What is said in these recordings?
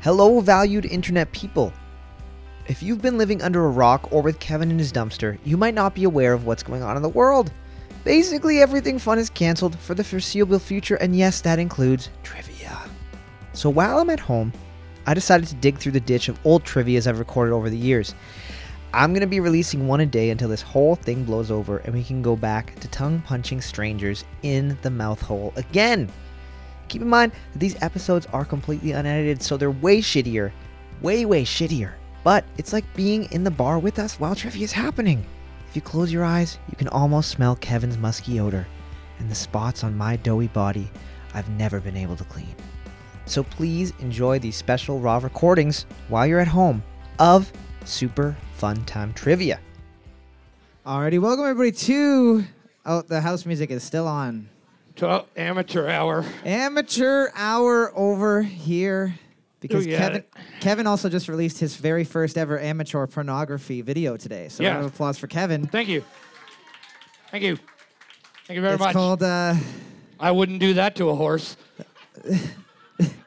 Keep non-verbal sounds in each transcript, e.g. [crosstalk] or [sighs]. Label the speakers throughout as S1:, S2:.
S1: Hello, valued internet people. If you've been living under a rock or with Kevin in his dumpster, you might not be aware of what's going on in the world. Basically, everything fun is canceled for the foreseeable future, and yes, that includes trivia. So while I'm at home, I decided to dig through the ditch of old trivias I've recorded over the years. I'm going to be releasing one a day until this whole thing blows over and we can go back to tongue punching strangers in the mouth hole again. Keep in mind that these episodes are completely unedited, so they're way shittier. Way, way shittier. But it's like being in the bar with us while trivia is happening. If you close your eyes, you can almost smell Kevin's musky odor and the spots on my doughy body I've never been able to clean. So please enjoy these special raw recordings while you're at home of Super Fun Time Trivia. Alrighty, welcome everybody to. Oh, the house music is still on.
S2: to amateur hour.
S1: Amateur hour over here because
S2: Ooh, Oh, yeah.
S1: Kevin Kevin also just released his very first ever amateur pornography video today. So
S2: Yeah.
S1: round of applause for Kevin.
S2: Thank you. Thank you. Thank you very
S1: it's
S2: much.
S1: called uh,
S2: I wouldn't do that to a horse.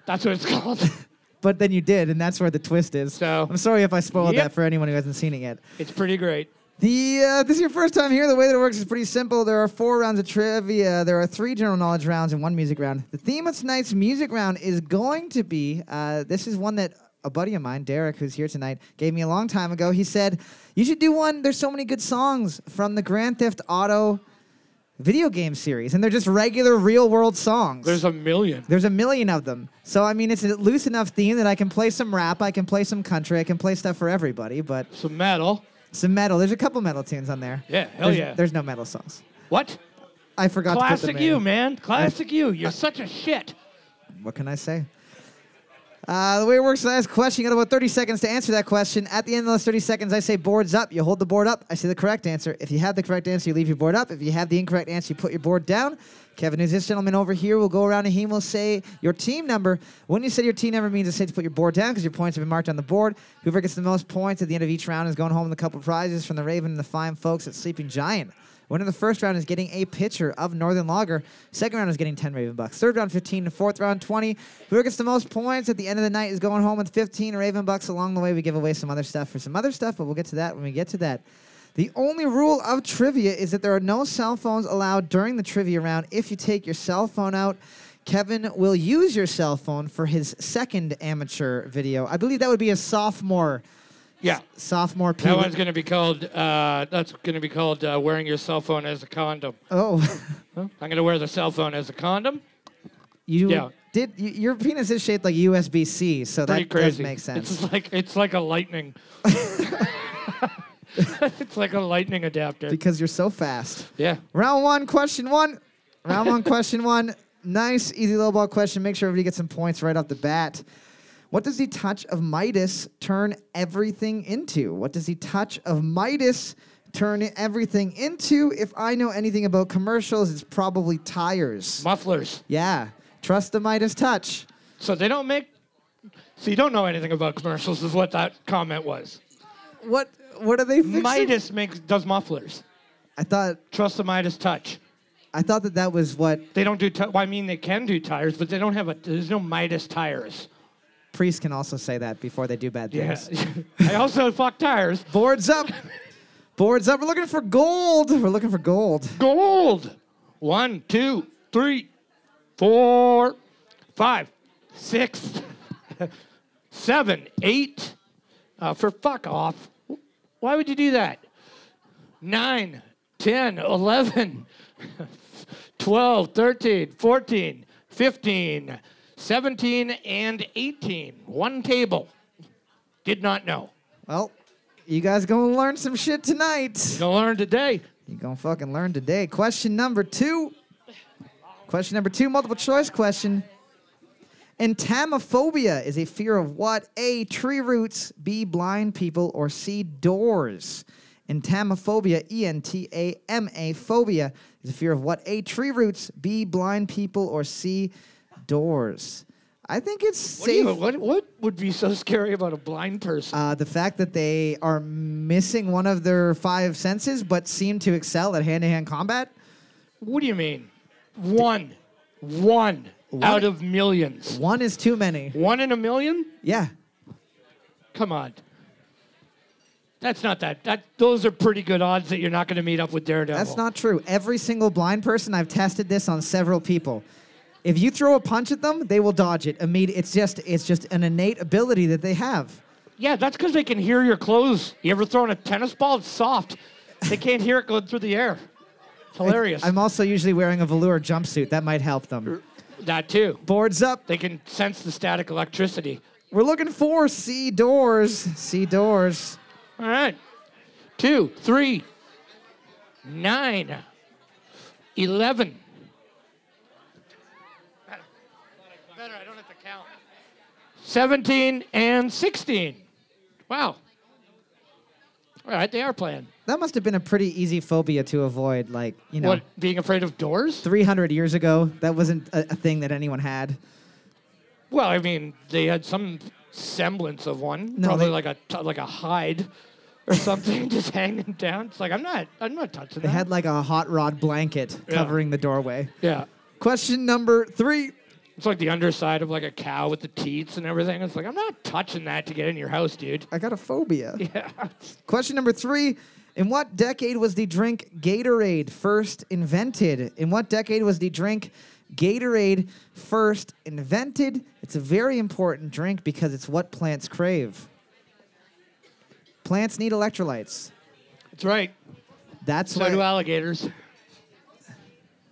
S2: That's what it's [laughs] called.
S1: but then you did and that's where the twist is.
S2: So-
S1: I'm sorry if I spoiled
S2: Yep.
S1: that for anyone who hasn't seen it yet.
S2: It's pretty great.
S1: The uh, this is your first time here. The way that it works is pretty simple. There are four rounds of trivia. There are three general knowledge rounds and one music round. The theme of tonight's music round is going to be. Uh, this is one that a buddy of mine, Derek, who's here tonight, gave me a long time ago. He said, "You should do one. There's so many good songs from the Grand Theft Auto video game series, and they're just regular real world songs."
S2: There's a million.
S1: There's a million of them. So I mean, it's a loose enough theme that I can play some rap, I can play some country, I can play stuff for everybody, but
S2: Some metal.
S1: some metal. There's a couple metal tunes on there.
S2: Yeah, hell
S1: there's,
S2: yeah.
S1: There's no metal songs.
S2: What?
S1: I forgot to put
S2: Classic
S1: them
S2: you,
S1: in.
S2: man. Classic you. You're such a shit.
S1: What can I say? Uh, the way it works is I ask a question. You got about 30 seconds to answer that question. At the end of those 30 seconds, I say boards up. You hold the board up. I say the correct answer. If you have the correct answer, you leave your board up. If you have the incorrect answer, you put your board down. Kevin, who's this gentleman over here, will go around and he will say your team number. When you say your team number, means it's safe to put your board down because your points have been marked on the board. Whoever gets the most points at the end of each round is going home with a couple prizes from the Raven and the fine folks at Sleeping Giant. Winner of the first round is getting a pitcher of Northern Lager. Second round is getting 10 Raven Bucks. Third round, 15. And fourth round, 20. Whoever gets the most points at the end of the night is going home with 15 Raven Bucks. Along the way, we give away some other stuff for some other stuff, but we'll get to that when we get to that. The only rule of trivia is that there are no cell phones allowed during the trivia round. If you take your cell phone out, Kevin will use your cell phone for his second amateur video. I believe that would be a sophomore,
S2: Yeah.
S1: sophomore. P-
S2: That one's gonna be called. Uh, that's gonna be called uh, wearing your cell phone as a condom.
S1: oh, [laughs]
S2: I'm gonna wear the cell phone as a condom.
S1: You
S2: Yeah.
S1: did. You, your penis is shaped like USB C, so
S2: Pretty
S1: that
S2: crazy.
S1: does make sense.
S2: It's like it's like a
S1: [laughs]
S2: lightning. [laughs] it's like a lightning adapter.
S1: because you're so fast.
S2: Yeah.
S1: Round one, question one. Round one, question one. Nice, easy low ball question. Make sure everybody gets some points right off the bat. What does the touch of Midas turn everything into? What does the touch of Midas turn everything into? If I know anything about commercials, it's probably tires.
S2: Mufflers.
S1: Yeah. Trust the Midas touch.
S2: So they don't make. So you don't know anything about commercials, is what that comment was.
S1: What what are they fixing?
S2: Midas makes does mufflers.
S1: I thought
S2: Trust the Midas touch.
S1: I thought that that was what
S2: They don't do. T- well, I mean, they can do tires, but they don't have a. There's no Midas tires.
S1: Priests can also say that before they do bad
S2: Yeah.
S1: things.
S2: [laughs] I also fuck tires.
S1: Boards up. Boards up. We're looking for gold. We're looking for gold.
S2: Gold. One, two, three, four, five, six, [laughs] seven, eight. Uh, for fuck off. Why would you do that? Nine, 10, [laughs] 11, 12, 13, 14, 15, 17, and 18. One table. Did not know.
S1: Well, you guys gonna learn some shit tonight.
S2: Gonna learn today.
S1: You gonna fucking learn today. Question number two. Question number two, multiple choice question. Entamophobia is a fear of what? A. Tree roots. B. Blind people. Or C. Doors. Entamophobia, E N T A M A phobia, is a fear of what? A. Tree roots. B. Blind people. Or C. Doors. I think it's
S2: What, do you-
S1: safe.
S2: what, what would be so scary about a blind person?
S1: Uh, the fact that they are missing one of their five senses but seem to excel at hand to hand combat.
S2: What do you mean? One. One. out of millions.
S1: One is too many.
S2: One in a million?
S1: Yeah.
S2: Come on. That's not that. That those are pretty good odds that you're not going to meet up with Daredevil.
S1: That's not true. Every single blind person I've tested this on several people. If you throw a punch at them, they will dodge it. Immedi- it's just it's just an innate ability that they have.
S2: Yeah, that's because they can hear your clothes. You ever thrown a tennis ball? It's soft. They can't hear it going through the air. It's hilarious.
S1: I'm also usually wearing a velour jumpsuit. That might help them.
S2: that too.
S1: Boards up.
S2: They can sense the static electricity.
S1: We're looking for C doors. C doors.
S2: All right. Two, three, nine, eleven. Better, I don't have to count. 17 and 16. Wow. All right, they are playing.
S1: That must have been a pretty easy phobia to avoid. Like you know,
S2: What, being afraid of doors?
S1: 300 years ago, that wasn't a, a thing that anyone had.
S2: Well, I mean, they had some semblance of one,
S1: No,
S2: probably
S1: they-
S2: like a t- like a hide or something, [laughs] just hanging down. It's like I'm not, I'm not touching
S1: They
S2: that.
S1: had like a hot rod blanket
S2: Yeah.
S1: covering the doorway.
S2: yeah,
S1: Question number three.
S2: it's like the underside of like a cow with the teats and everything. It's like I'm not touching that to get in your house, dude. [laughs]
S1: I got a phobia.
S2: Yeah,
S1: Question number three. In what decade was the drink Gatorade first invented? In what decade was the drink Gatorade first invented? It's a very important drink because it's what plants crave. Plants need electrolytes.
S2: that's right.
S1: That's
S2: So
S1: why.
S2: do alligators.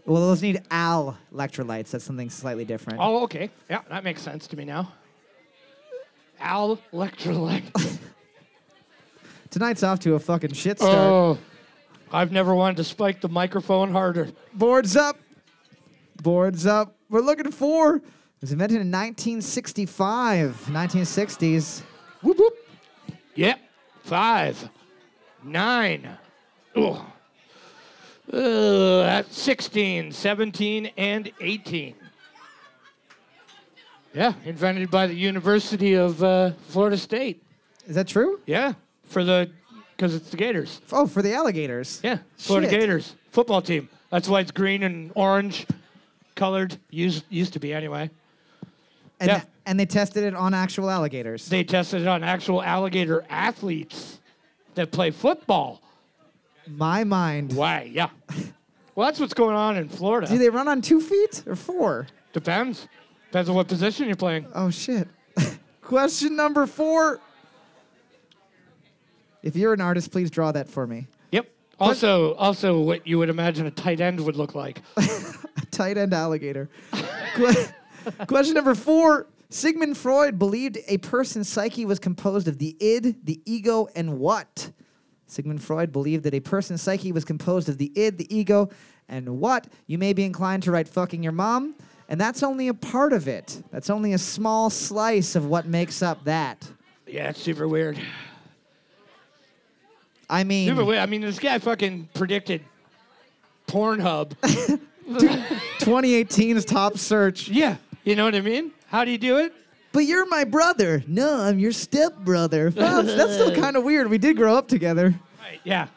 S1: well, those need al electrolytes. That's something slightly different.
S2: Oh, okay. Yeah, that makes sense to me now. Al electrolyte.
S1: Tonight's off to a fucking shit start.
S2: [laughs] oh, I've never wanted to spike the microphone harder.
S1: Boards up. Boards up. We're looking for. It was invented in 1965, 1960s.
S2: Whoop whoop. Yep. Five. Nine. Ugh. Uh, that's 16, 17, and 18. Yeah, invented by the University of uh, Florida State.
S1: Is that true?
S2: Yeah, for the, because it's the Gators.
S1: Oh, for the alligators.
S2: Yeah, Florida
S1: Shit.
S2: Gators football team. That's why it's green and orange colored, used, used to be anyway.
S1: And,
S2: Yeah.
S1: th- and they tested it on actual alligators.
S2: They tested it on actual alligator athletes that play football.
S1: My mind.
S2: Why? Yeah. Well, that's what's going on in Florida.
S1: Do they run on two feet or four?
S2: Depends. Depends on what position you're playing.
S1: Oh, shit. [laughs] Question number four. If you're an artist, please draw that for me.
S2: Yep. Also, also what you would imagine a tight end would look like.
S1: tight end alligator. Que- [laughs] Question number four. Sigmund Freud believed a person's psyche was composed of the id, the ego, and what? Sigmund Freud believed that a person's psyche was composed of the id, the ego, and what? You may be inclined to write fucking your mom, and that's only a part of it. That's only a small slice of what makes up that.
S2: Yeah, it's super weird.
S1: I mean,
S2: Super weird. I mean, this guy fucking predicted
S1: [laughs]
S2: Pornhub.
S1: 2018's top search.
S2: yeah. You know what I mean? How do you do it?
S1: But you're my brother. No, I'm your stepbrother. Well, that's- that's still kind of weird. We did grow up together.
S2: Right.
S1: [laughs]
S2: Yeah.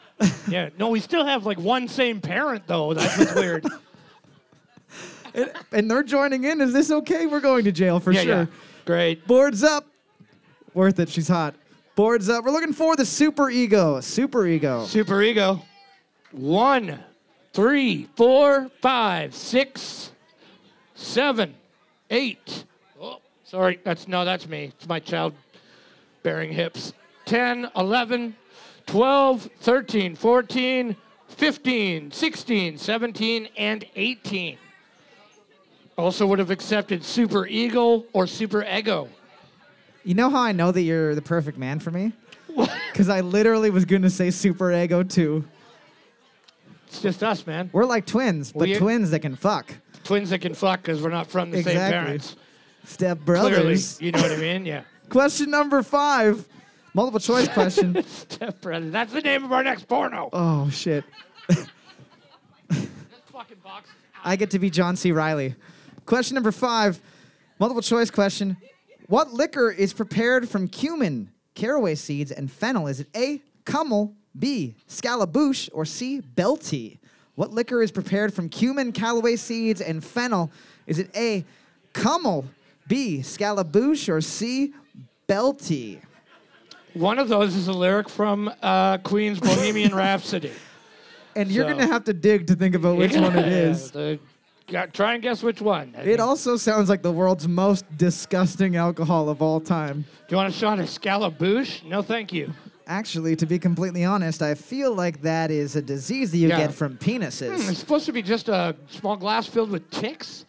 S2: Yeah. No, we still have like one same parent though. That's what's weird.
S1: and they're joining in. Is this okay? We're going to jail for
S2: yeah.
S1: sure.
S2: Yeah. Great.
S1: Boards up. Worth it. She's hot. Boards up. We're looking for the super ego. Super ego.
S2: Super ego. One, three, four, five, six, seven, eight. Oh, sorry, that's no, that's me. It's my child bearing hips. 10, 11, 12, 13, 14, 15, 16, 17, and 18. Also would have accepted super ego or super ego.
S1: You know how I know that you're the perfect man for me? Because I literally was going to say super ego too.
S2: It's just us, man.
S1: We're like twins, but
S2: We-
S1: twins that can fuck.
S2: Twins that can fuck because we're not from the same
S1: Exactly.
S2: parents.
S1: Step
S2: Clearly,
S1: brothers.
S2: you know what I mean? Yeah.
S1: Question number five. Multiple choice
S2: [laughs]
S1: question.
S2: Step brother. That's the name of our next porno.
S1: oh, shit.
S2: fucking box.
S1: I get to be John C. Riley. Question number five, multiple choice question. What liquor is prepared from cumin, caraway seeds, and fennel? Is it A, Cummel, B, Scalabouche, or C, Belty? What liquor is prepared from cumin, caraway seeds, and fennel? Is it A, Kummel, B. Scalabouche, or C. Belty?
S2: One of those is a lyric from uh, Queen's
S1: [laughs]
S2: Bohemian Rhapsody.
S1: And you're
S2: So-
S1: gonna have to dig to think about which one it
S2: Yeah, [laughs]
S1: is.
S2: the- got- try and guess which one.
S1: It also sounds like the world's most disgusting alcohol of all time.
S2: Do you want a shot of Scalabouche? No, thank you.
S1: Actually, to be completely honest, I feel like that is a disease that you
S2: Yeah.
S1: get from
S2: Hmm,
S1: penises.
S2: It's supposed to be just a small glass filled with ticks.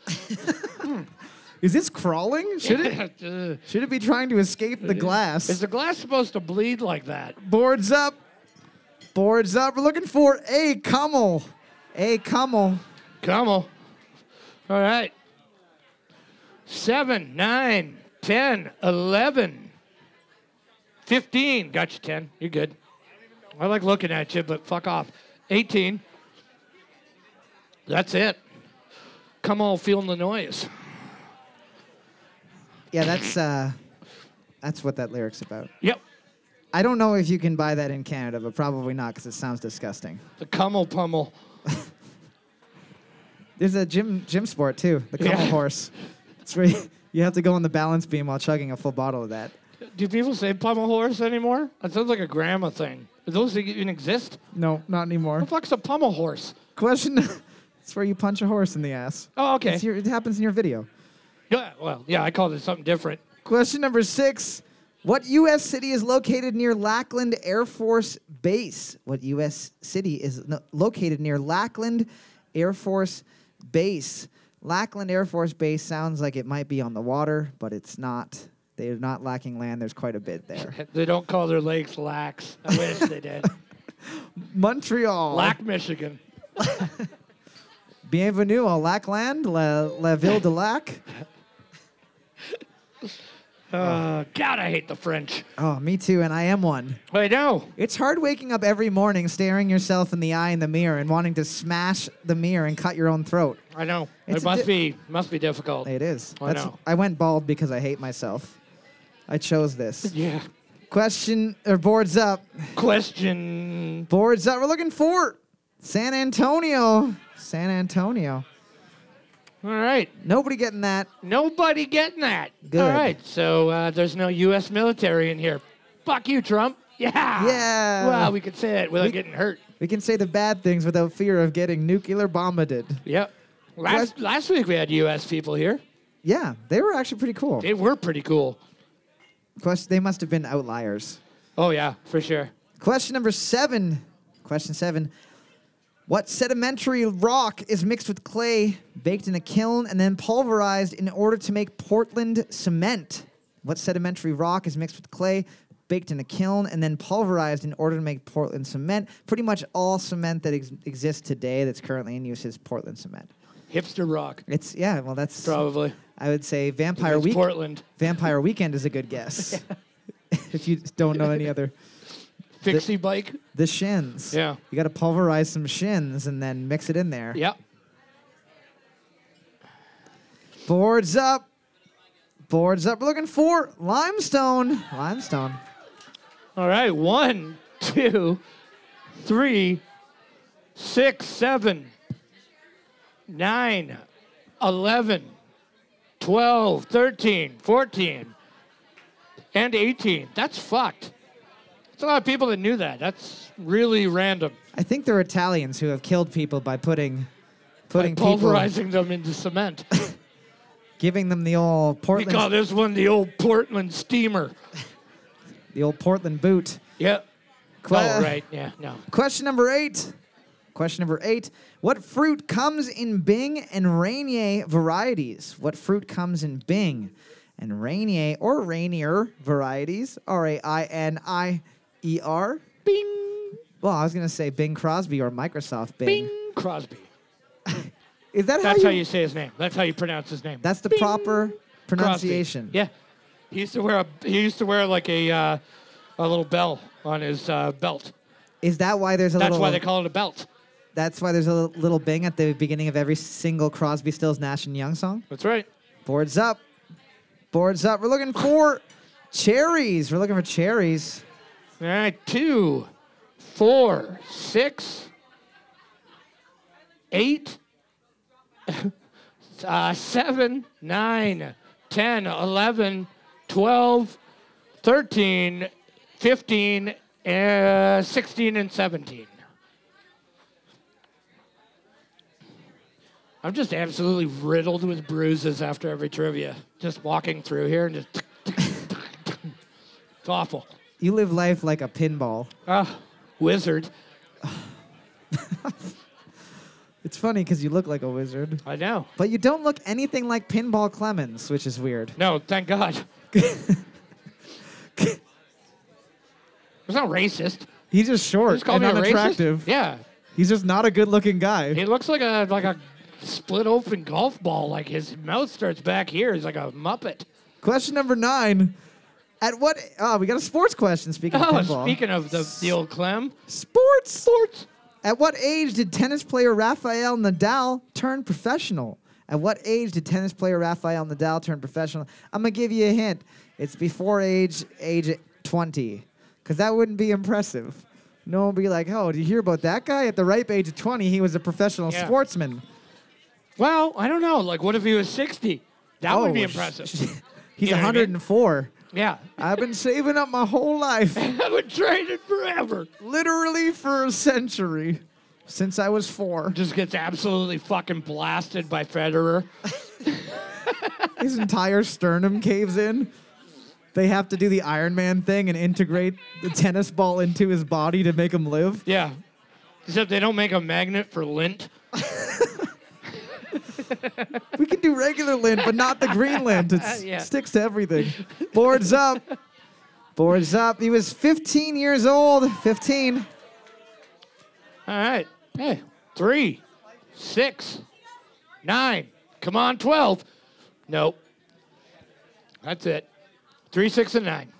S1: Is this crawling? Should it
S2: Uh,
S1: should it be trying to escape the
S2: [laughs]
S1: glass?
S2: Is the glass supposed to bleed like that?
S1: Boards up. Boards up. We're looking for a Kummel. A Kummel.
S2: Come on. All right. Seven, nine, ten, eleven, fifteen. Got you, 10. You're good. I like looking at you, but fuck off. 18. That's it. Come on, feeling the noise.
S1: Yeah, that's uh that's what that lyric's about.
S2: Yep.
S1: I don't know if you can buy that in Canada, but probably not because it sounds disgusting.
S2: The cummel pummel.
S1: There's a gym gym sport too, the Kummel
S2: Yeah.
S1: horse. It's where you, you have to go on the balance beam while chugging a full bottle of that.
S2: Do people say pummel horse anymore? That sounds like a grandma thing. Do those even exist?
S1: No, not anymore.
S2: What the fuck's a pummel horse?
S1: Question. [laughs] it's where you punch a horse in the ass.
S2: Oh, okay.
S1: It's your, it happens in your video.
S2: Yeah, well, yeah, I called it something different.
S1: Question number six. What U.S. city is located near Lackland Air Force Base? What U.S. city is no, located near Lackland Air Force Base? Lackland Air Force Base sounds like it might be on the water, but it's not. They're not lacking land. There's quite a bit
S2: [laughs]
S1: there.
S2: They don't call their lakes lacks. I wish they [laughs] did.
S1: Montreal.
S2: Lack Michigan.
S1: Bienvenue au Lackland, la, la Ville de Lac.
S2: Uh, God, I hate the French.
S1: Oh, me too, and I am one.
S2: I know.
S1: It's hard waking up every morning staring yourself in the eye in the mirror and wanting to smash the mirror and cut your own throat.
S2: I know.
S1: It's
S2: it
S1: a
S2: must
S1: di-
S2: be must be difficult.
S1: It is.
S2: I know.
S1: I went bald because I hate myself. I chose this.
S2: Yeah.
S1: Question or boards up.
S2: Question.
S1: Boards up. We're looking for San Antonio. San Antonio.
S2: All right.
S1: Nobody getting that.
S2: Nobody getting that. All
S1: Good.
S2: right. So uh, there's no U.S. military in here. Fuck you, Trump. Yeah.
S1: Yeah.
S2: Well, we could say it without
S1: We-
S2: getting hurt.
S1: We can say the bad things without fear of getting nuclear bombarded.
S2: Yep. Last
S1: Quest-
S2: last week we had U.S. people here.
S1: Yeah, they were actually pretty cool.
S2: They were pretty cool.
S1: Question, they must have been outliers.
S2: Oh yeah, for sure.
S1: Question number seven. Question seven. What sedimentary rock is mixed with clay, baked in a kiln, and then pulverized in order to make Portland cement? What sedimentary rock is mixed with clay, baked in a kiln, and then pulverized in order to make Portland cement? Pretty much all cement that ex- exists today that's currently in use is Portland cement.
S2: Hipster rock,
S1: It's, yeah, well, that's,
S2: probably.
S1: I would say Vampire
S2: It's
S1: Week.
S2: Portland.
S1: Vampire Weekend is a
S2: [laughs]
S1: good guess. if you don't know any other.
S2: Fixie bike.
S1: The shins.
S2: Yeah.
S1: You got to pulverize some shins and then mix it in there.
S2: Yep.
S1: Boards up. Boards up. We're looking for limestone. Limestone.
S2: All right, one, two, three, six, seven, nine, eleven, twelve, thirteen, fourteen, and 18. That's fucked. That's a lot of people that knew that. That's really random.
S1: I think they're Italians who have killed people by putting, putting
S2: Like
S1: people,
S2: pulverizing them into cement.
S1: giving them the old
S2: we
S1: Portland,
S2: call this one the old Portland steamer.
S1: the old Portland boot.
S2: Yep.
S1: Que-
S2: Oh, right. Yeah, no.
S1: Question number eight. Question number eight. What fruit comes in Bing and Rainier varieties? What fruit comes in Bing and Rainier or Rainier varieties? R A I N I E R. Bing. Well, I was going to say Bing Crosby or Microsoft Bing.
S2: Bing Crosby.
S1: Is that
S2: That's
S1: how
S2: how
S1: you.
S2: you say his name. That's how you pronounce his name.
S1: That's the
S2: Bing.
S1: proper
S2: Crosby.
S1: pronunciation.
S2: Yeah, he used to wear a he used to wear like a uh, a little bell on his uh, belt.
S1: Is that why there's a
S2: That's
S1: little.
S2: why they call it a belt.
S1: that's why there's a li- little Bing at the beginning of every single Crosby, Stills, Nash, and Young song?
S2: That's right.
S1: Boards up. Boards up. We're looking for cherries. We're looking for cherries.
S2: All right, two, four, six, eight, [laughs] uh, 7, 9, 10, 11, 12, 13, 15, uh, 16, and 17. I'm just absolutely riddled with bruises after every trivia. Just walking through here and just. [laughs] it's awful.
S1: You live life like a pinball.
S2: Ah, wizard.
S1: It's funny because you look like a wizard,
S2: I know.
S1: but you don't look anything like Pinball Clemens, which is weird.
S2: No, thank
S1: [laughs]
S2: God. It's not racist.
S1: He's just short
S2: Just call
S1: and
S2: me a
S1: unattractive.
S2: racist. Yeah,
S1: He's just not a good-looking guy.
S2: he looks like a like a split open golf ball. Like his mouth starts back here. He's like a muppet.
S1: Question number nine. At what? Ah, we got a sports question. Speaking
S2: Oh,
S1: of pinball,
S2: speaking of the, the old Clem,
S1: sports. Sports. At what age did tennis player Rafael Nadal turn professional? At what age did tennis player Rafael Nadal turn professional? I'm gonna give you a hint. It's before age age 20, because that wouldn't be impressive. No one would be like, "Oh, did you hear about that guy?" At the ripe age of 20, he was a professional
S2: Yeah.
S1: sportsman.
S2: well, I don't know. Like, what if he was sixty? That
S1: Oh,
S2: would be
S1: sh-
S2: impressive.
S1: He's
S2: You know what I mean?
S1: 104.
S2: yeah, [laughs]
S1: I've been saving up my whole life.
S2: I would trade it forever.
S1: literally for a century since I was four.
S2: Just gets absolutely fucking blasted by Federer.
S1: His entire sternum caves in. They have to do the Iron Man thing and integrate the tennis ball into his body to make him live.
S2: Yeah, except they don't make a magnet for lint.
S1: We can do regular lint, but not the green lint. It
S2: Yeah.
S1: sticks to everything. Boards up. Boards up. He was 15 years old. 15.
S2: All right. Hey, three, six, nine. Come on, 12. Nope. That's it. Three, six, and nine.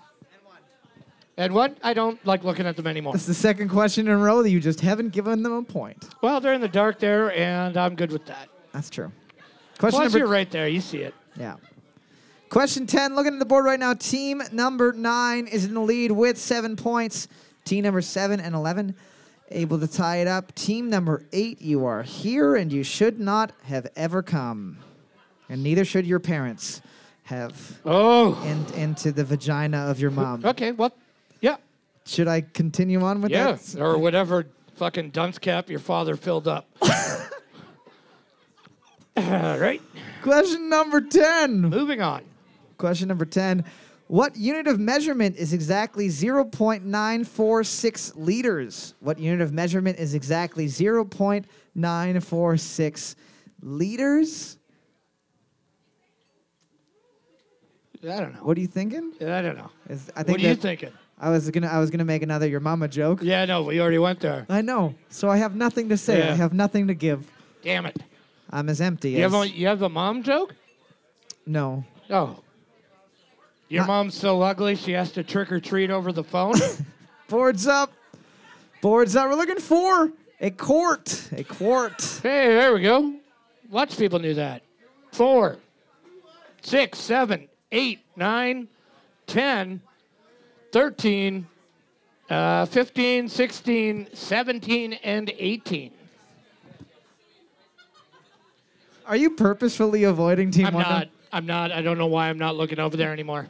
S2: And one, I don't like looking at them anymore.
S1: That's the second question in a row that you just haven't given them a point.
S2: Well, they're in the dark there, and I'm good with that.
S1: That's true. Question
S2: Plus,
S1: number
S2: you're right there. You see it.
S1: Yeah. Question 10, looking at the board right now, team number 9 is in the lead with 7 points. Team number 7 and 11 able to tie it up. Team number 8, you are here and you should not have ever come. And neither should your parents have
S2: Oh.
S1: in, into the vagina of your mom.
S2: Okay, well, yeah.
S1: Should I continue on with
S2: Yeah.
S1: that?
S2: Or whatever fucking dunce cap your father filled up. All right.
S1: Question number 10.
S2: Moving on.
S1: Question number 10. What unit of measurement is exactly 0.946 liters? What unit of measurement is exactly 0.946 liters?
S2: I don't know.
S1: What are you thinking?
S2: I don't know.
S1: Is- I
S2: What are you
S1: that-
S2: thinking?
S1: I was gonna I was gonna make another your mama joke.
S2: Yeah, no, we already went there.
S1: I know. So I have nothing to say. I
S2: Yeah.
S1: have nothing to give.
S2: Damn it.
S1: I'm as empty
S2: You have,
S1: as
S2: a, you have a mom joke?
S1: no.
S2: Oh. Your
S1: Not-
S2: mom's so ugly she has to trick or treat over the phone? [laughs]
S1: Boards up. Boards up. We're looking for a quart. A quart.
S2: hey, there we go. Lots of people knew that. Four, six, seven, eight, nine, ten, thirteen, uh, fifteen, sixteen, seventeen, and 18.
S1: Are you purposefully avoiding team
S2: I'm
S1: one?
S2: not. I'm not. I don't know why I'm not looking over there anymore.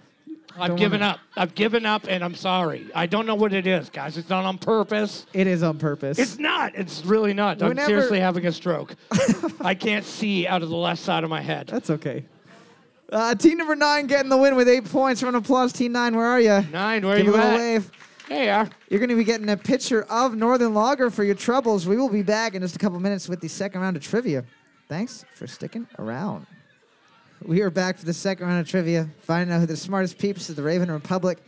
S1: Don't
S2: I've given
S1: wanna-
S2: up. I've given up, and I'm sorry. I don't know what it is, guys. It's not on purpose.
S1: It is on purpose.
S2: It's not. It's really not. I'm
S1: Whenever-
S2: seriously having a stroke. I can't see out of the left side of my head.
S1: That's okay. Uh, team number nine getting the win with eight points. Round of applause, team nine. Where are you?
S2: Nine. Where
S1: Give
S2: are you
S1: a little
S2: at?
S1: wave.
S2: There you are.
S1: You're going to be getting a picture of Northern Lager for your troubles. We will be back in just a couple minutes with the second round of trivia. Thanks for sticking around. We are back for the second round of trivia, finding out who the smartest peeps of the Raven Republic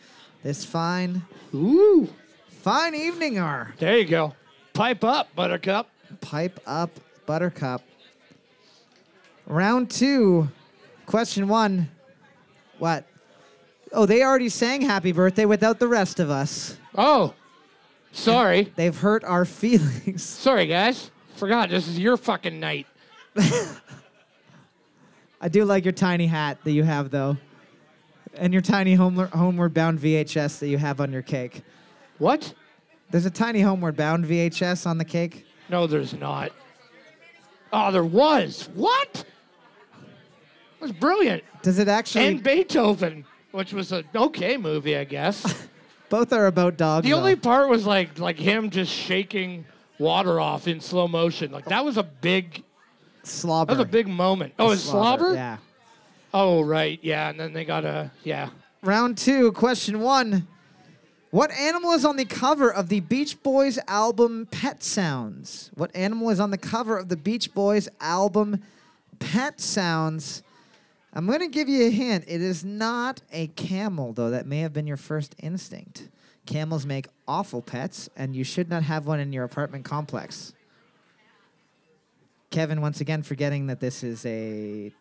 S1: this fine,
S2: Ooh.
S1: fine evening are.
S2: There you go. Pipe up, Buttercup.
S1: Pipe up, Buttercup. Round two, question one. What? Oh, they already sang Happy Birthday without the rest of us.
S2: Oh, sorry.
S1: They've hurt our [laughs] feelings.
S2: Sorry, guys. Forgot. This is your fucking night.
S1: I do like your tiny hat that you have, though, and your tiny homeward, homeward bound VHS that you have on your cake.
S2: What?
S1: There's a tiny homeward bound VHS on the cake.
S2: No, there's not. Oh, there was. What? It was brilliant.
S1: Does it actually?
S2: And Beethoven, which was an okay movie, I
S1: [laughs]
S2: guess.
S1: both are about dogs.
S2: The
S1: though.
S2: only part was like like him just shaking water off in slow motion. Like that was a big
S1: slobber.
S2: that was a big moment. Oh, it's slobber?
S1: Yeah.
S2: Oh right, yeah, and then they got a yeah.
S1: Round two, question one. What animal is on the cover of the Beach Boys album Pet Sounds? What animal is on the cover of the Beach Boys album Pet Sounds? I'm going to give you a hint. It is not a camel, though. That may have been your first instinct. Camels make awful pets, and you should not have one in your apartment complex. Kevin, once again, forgetting that this is a,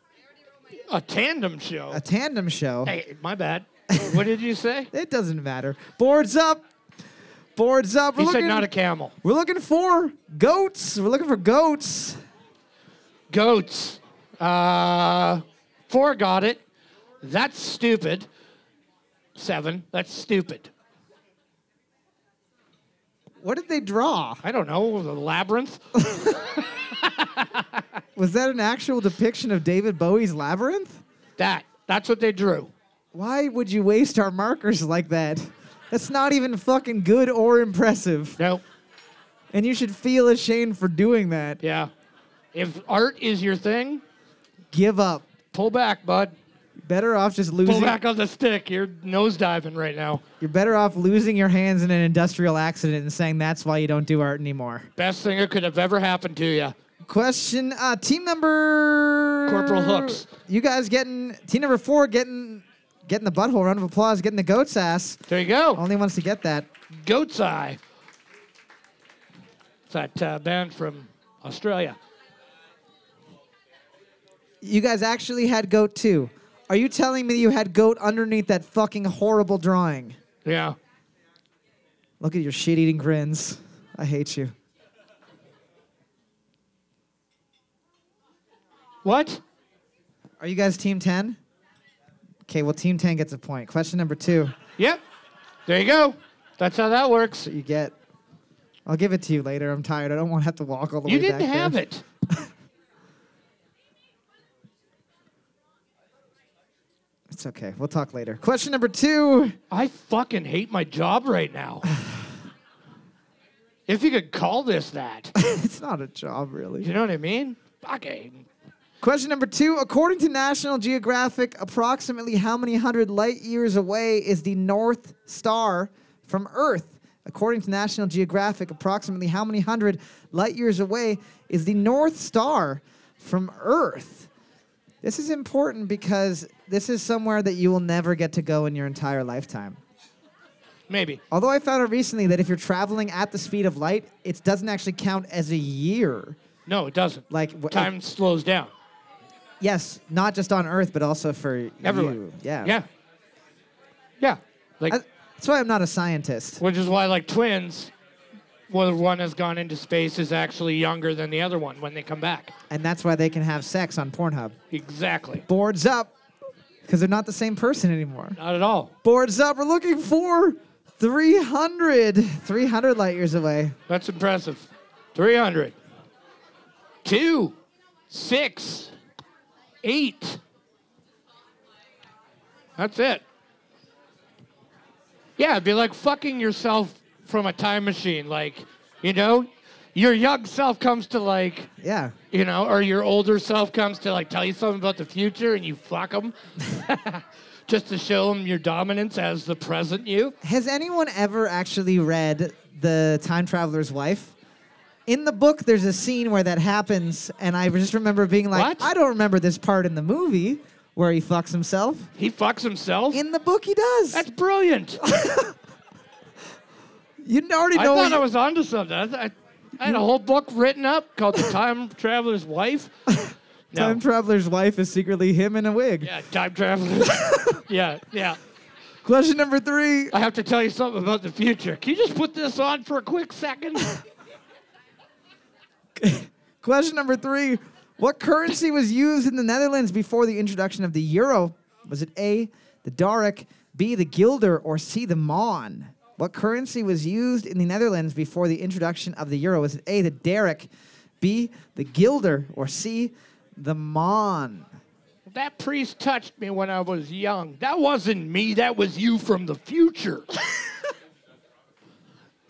S2: A tandem show.
S1: a tandem show.
S2: hey, my bad. what did you say?
S1: It doesn't matter. Boards up. Boards up. [laughs] We're
S2: He
S1: looking,
S2: said not a camel.
S1: we're looking for goats. We're looking for goats.
S2: Goats. Uh, four got it. That's stupid. Seven. That's stupid.
S1: What did they draw?
S2: I don't know. The
S1: [laughs]
S2: labyrinth.
S1: Was that an actual depiction of David Bowie's Labyrinth?
S2: that. That's what they drew.
S1: Why would you waste our markers like that? That's not even fucking good or impressive.
S2: No.
S1: And you should feel ashamed for doing that.
S2: Yeah. If art is your thing,
S1: Give up.
S2: pull back, bud.
S1: Better off just
S2: Pull
S1: losing.
S2: back on the stick. You're nosediving right now.
S1: You're better off losing your hands in an industrial accident and saying that's why you don't do art anymore.
S2: Best thing that could have ever happened to you.
S1: Question uh, team number
S2: Corporal Hooks.
S1: You guys getting team number four getting getting the butthole round of applause, getting the goat's ass.
S2: There you go.
S1: Only wants to get that.
S2: Goat's Eye. It's that uh, band from Australia.
S1: You guys actually had goat too. Are you telling me you had goat underneath that fucking horrible drawing?
S2: Yeah.
S1: Look at your shit eating grins. I hate you.
S2: What?
S1: Are you guys team ten? Okay, well team ten gets a point. Question number two.
S2: Yep. There you go. That's how that works.
S1: You get I'll give it to you later. I'm tired. I don't want to have to walk all the
S2: You
S1: way back
S2: didn't have
S1: there.
S2: it.
S1: It's okay. We'll talk later. Question number two.
S2: I fucking hate my job right now. [sighs] if you could call this that.
S1: [laughs] it's not a job,
S2: You
S1: really.
S2: know what I mean? Fucking.
S1: Question number two. According to National Geographic, approximately how many hundred light years away is the North Star from Earth? According to National Geographic, approximately how many hundred light years away is the North Star from Earth? This is important because this is somewhere that you will never get to go in your entire lifetime.
S2: Maybe.
S1: Although I found out recently that if you're traveling at the speed of light, it doesn't actually count as a year.
S2: No, it doesn't.
S1: Like wh-
S2: Time slows down.
S1: Yes, not just on Earth, but also for
S2: Everywhere.
S1: you. Yeah.
S2: Yeah. Yeah. Like,
S1: I- that's why I'm not a scientist.
S2: which is why, like, twins, where one has gone into space is actually younger than the other one when they come back.
S1: And that's why they can have sex on Pornhub.
S2: Exactly.
S1: Boards up, because they're not the same person anymore.
S2: Not at all.
S1: Boards up, we're looking for 300, 300 light years away.
S2: That's impressive. 300. Two. Six. Eight. That's it. Yeah, it'd be like fucking yourself from a time machine. Like, you know, your young self comes to like,
S1: Yeah.
S2: you know, or your older self comes to like tell you something about the future and you fuck them [laughs] just to show them your dominance as the present you.
S1: Has anyone ever actually read The Time Traveler's Wife? In the book, there's a scene where that happens, and I just remember being like,
S2: What?
S1: I don't remember this part in the movie where he fucks himself.
S2: He fucks himself.
S1: In the book, he does.
S2: That's brilliant.
S1: you already
S2: I
S1: know.
S2: thought
S1: you-
S2: I was onto something. I, th- I, I had a whole book written up called "The Time [laughs] Traveler's Wife." No.
S1: [laughs] Time traveler's wife is secretly him in a wig.
S2: yeah, time traveler. [laughs] yeah, yeah.
S1: Question number three. [laughs]
S2: I have to tell you something about the future. Can you just put this on for a quick
S1: [laughs]
S2: second?
S1: Question number three. What currency was used in the Netherlands before the introduction of the euro? Was it A, the Darek, B, the Guilder, or C, the Mon? What currency was used in the Netherlands before the introduction of the euro? Was it A, the Derek, B, the Guilder, or C, the Mon?
S2: that priest touched me when I was young. That wasn't me, that was you from the
S1: [laughs]
S2: future.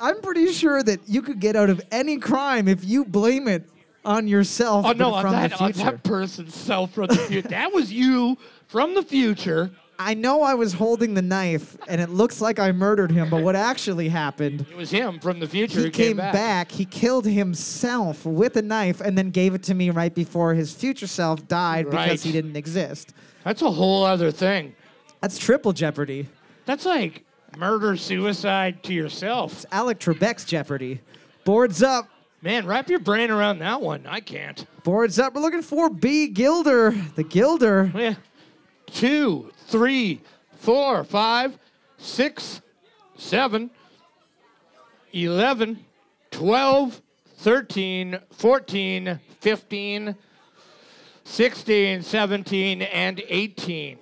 S1: I'm pretty sure that you could get out of any crime if you blame it on yourself
S2: Oh no,
S1: but
S2: on
S1: from
S2: that,
S1: the
S2: on
S1: future.
S2: that person's self from the future. that was you from the future.
S1: I know I was holding the knife and it looks like I murdered him, but what actually happened,
S2: It was him from the future
S1: he
S2: who
S1: came back. he killed himself with a knife, and then gave it to me right before his future self died
S2: Right.
S1: because he didn't exist.
S2: That's a whole other thing.
S1: That's triple jeopardy.
S2: That's like murder suicide to yourself.
S1: Alec Trebek's jeopardy. Boards up.
S2: Man, wrap your brain around that one. I can't.
S1: Boards up. We're looking for B. Gilder. The Gilder.
S2: Yeah. Two, three, four, five, six, seven, eleven, twelve, thirteen, fourteen, fifteen, sixteen, seventeen, and 18.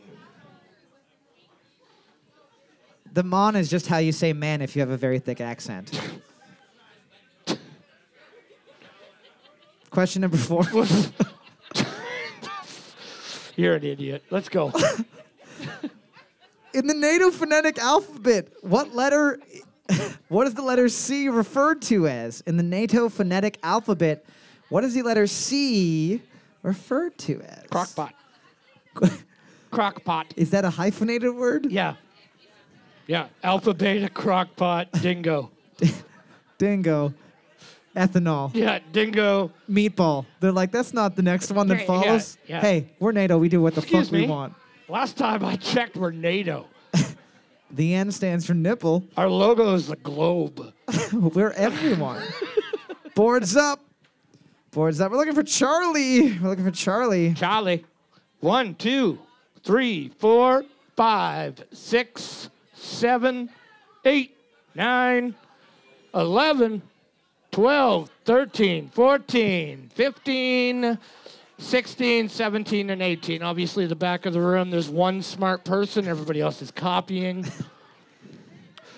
S1: The mon is just how you say man if you have a very thick [laughs] accent. Question number four.
S2: [laughs] You're an idiot. Let's go.
S1: In the native phonetic alphabet, what letter [laughs] what is the letter C referred to as? In the NATO phonetic alphabet, what is the letter C referred to as?
S2: Crockpot. Crockpot.
S1: [laughs] Is that a hyphenated word?
S2: Yeah. Yeah. Alpha, beta, crockpot, dingo.
S1: Dingo. Ethanol.
S2: Yeah, dingo.
S1: Meatball. They're like, that's not the next one that
S2: Yeah,
S1: follows.
S2: yeah.
S1: Hey, we're NATO. We do what the
S2: Excuse
S1: fuck
S2: me.
S1: we want.
S2: Last time I checked, we're NATO.
S1: The N stands for nipple. [laughs]
S2: Our logo is the globe.
S1: We're everyone. Boards up. Boards up. We're looking for Charlie. We're looking for Charlie.
S2: Charlie. One, two, three, four, five, six, seven, eight, nine, eleven, twelve, thirteen, fourteen, fifteen, sixteen, seventeen, and 18. Obviously, the back of the room, there's one smart person. Everybody else is copying.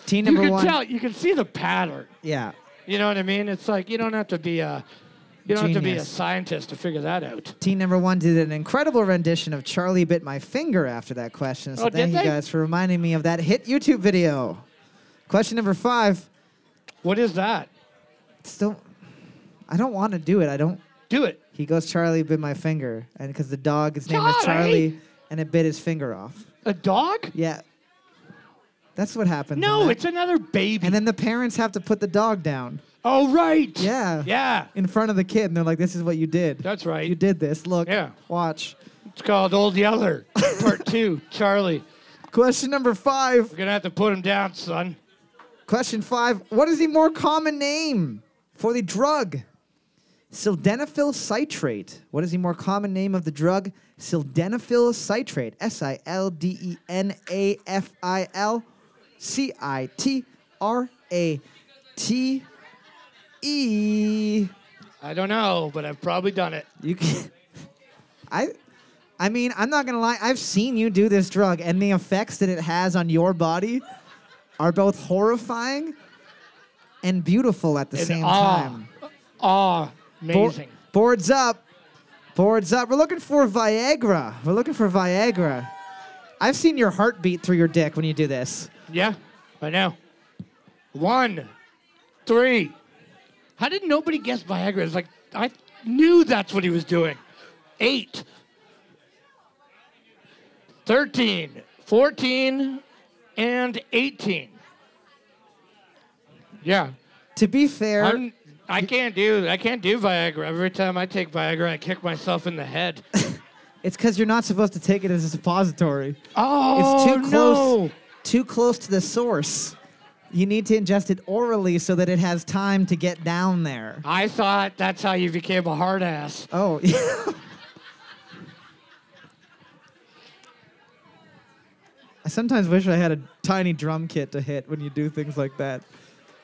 S1: Team
S2: you
S1: number
S2: can
S1: one.
S2: tell, you can see the pattern.
S1: Yeah.
S2: You know what I mean? It's like you don't have to be a you don't have to be a
S1: Genius.
S2: scientist to figure that out.
S1: Team number one did an incredible rendition of Charlie Bit My Finger after that question.
S2: Oh,
S1: So
S2: did
S1: thank you
S2: they?
S1: guys for reminding me of that hit YouTube video. Question number five.
S2: What is that?
S1: Still, I don't want to do it. I don't.
S2: Do it.
S1: He goes, Charlie bit my finger. And because the dog, his name is
S2: Charlie?
S1: Charlie, and it bit his finger off.
S2: A dog?
S1: Yeah. That's what happened.
S2: No, it's another baby.
S1: And then the parents have to put the dog down
S2: oh right.
S1: Yeah.
S2: Yeah.
S1: in front of the kid, and they're like, "This is what you did.
S2: That's right.
S1: You did this. Look.
S2: Yeah.
S1: Watch."
S2: It's called Old
S1: [laughs]
S2: Yeller, Part Two. Charlie,
S1: Question number five.
S2: we're gonna have to put him down, son.
S1: Question five. What is the more common name for the drug? Sildenafil citrate. What is the more common name of the drug? Sildenafil citrate. S I L D E N A F I L C I T R A T E.
S2: I don't know, but I've probably done it.
S1: You can. [laughs] I. I mean, I'm not gonna lie. I've seen you do this drug, and the effects that it has on your body are both horrifying and beautiful at the
S2: And
S1: same
S2: awe.
S1: time.
S2: Ah,
S1: Bo-
S2: amazing.
S1: boards up, boards up. We're looking for Viagra. We're looking for Viagra. I've seen your heartbeat through your dick when you do this.
S2: yeah, I know. One, three. How did nobody guess Viagra? It's like I knew that's what he was doing. Eight. 13, 14, and 18. Yeah.
S1: To be fair,
S2: I'm, I can't do I can't do Viagra. Every time I take Viagra, I kick myself in the head.
S1: [laughs] it's because you're not supposed to take it as a suppository.
S2: Oh,
S1: It's too
S2: no.
S1: close, too close to the source. You need to ingest it orally so that it has time to get down there.
S2: I thought that's how you became a hard ass.
S1: Oh, [laughs] I sometimes wish I had a tiny drum kit to hit when you do things like that.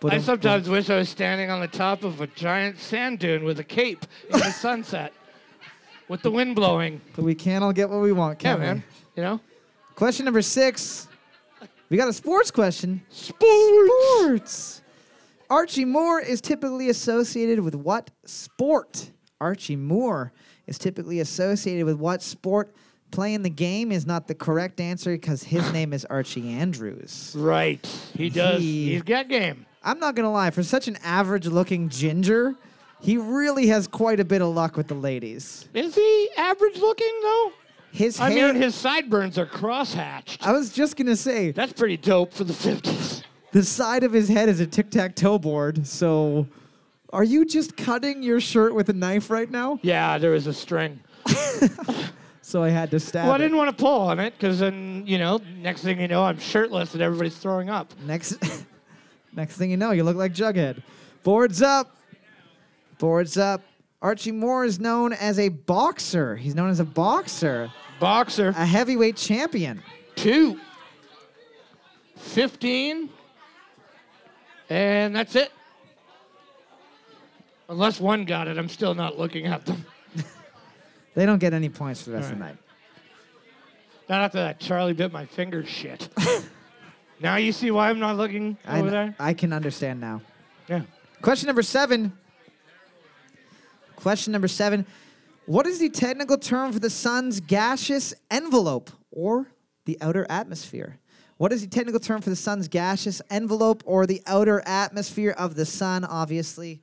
S1: But
S2: I
S1: um,
S2: sometimes wish I was standing on the top of a giant sand dune with a cape in the [laughs] sunset with the wind blowing.
S1: but we can't all get what we want,
S2: Yeah,
S1: can we?
S2: man. You know?
S1: Question number six. We got a sports question.
S2: Sports.
S1: Sports. Archie Moore is typically associated with what sport? Archie Moore is typically associated with what sport? Playing the game is not the correct answer because his name is Archie Andrews.
S2: Right. He does.
S1: He-
S2: He's got game.
S1: I'm not gonna lie, for such an average looking ginger, he really has quite a bit of luck with the ladies.
S2: Is he average looking though?
S1: His
S2: I
S1: hair
S2: mean, his sideburns are crosshatched.
S1: I was just gonna say
S2: That's pretty dope for the 50s.
S1: the side of his head is a tic tac toe board, so are you just cutting your shirt with a knife right now?
S2: Yeah, there was a string.
S1: So I had to stab
S2: Well, I
S1: it.
S2: didn't want to pull on it because then, you know, next thing you know, I'm shirtless and everybody's throwing up.
S1: Next, [laughs] next thing you know, you look like Jughead. Boards up. Boards up. Archie Moore is known as a boxer. He's known as a boxer,
S2: Boxer,
S1: a heavyweight champion.
S2: two. 15. And that's it. Unless one got it, I'm still not looking at them.
S1: They don't get any points for the rest of the night.
S2: Not after that Charlie bit my finger
S1: [laughs]
S2: shit. now you see why I'm not looking
S1: I
S2: over
S1: kn-
S2: there?
S1: I can understand now.
S2: Yeah.
S1: Question number seven. Question number seven. What is the technical term for the sun's gaseous envelope or the outer atmosphere? What is the technical term for the sun's gaseous envelope or the outer atmosphere of the sun? Obviously,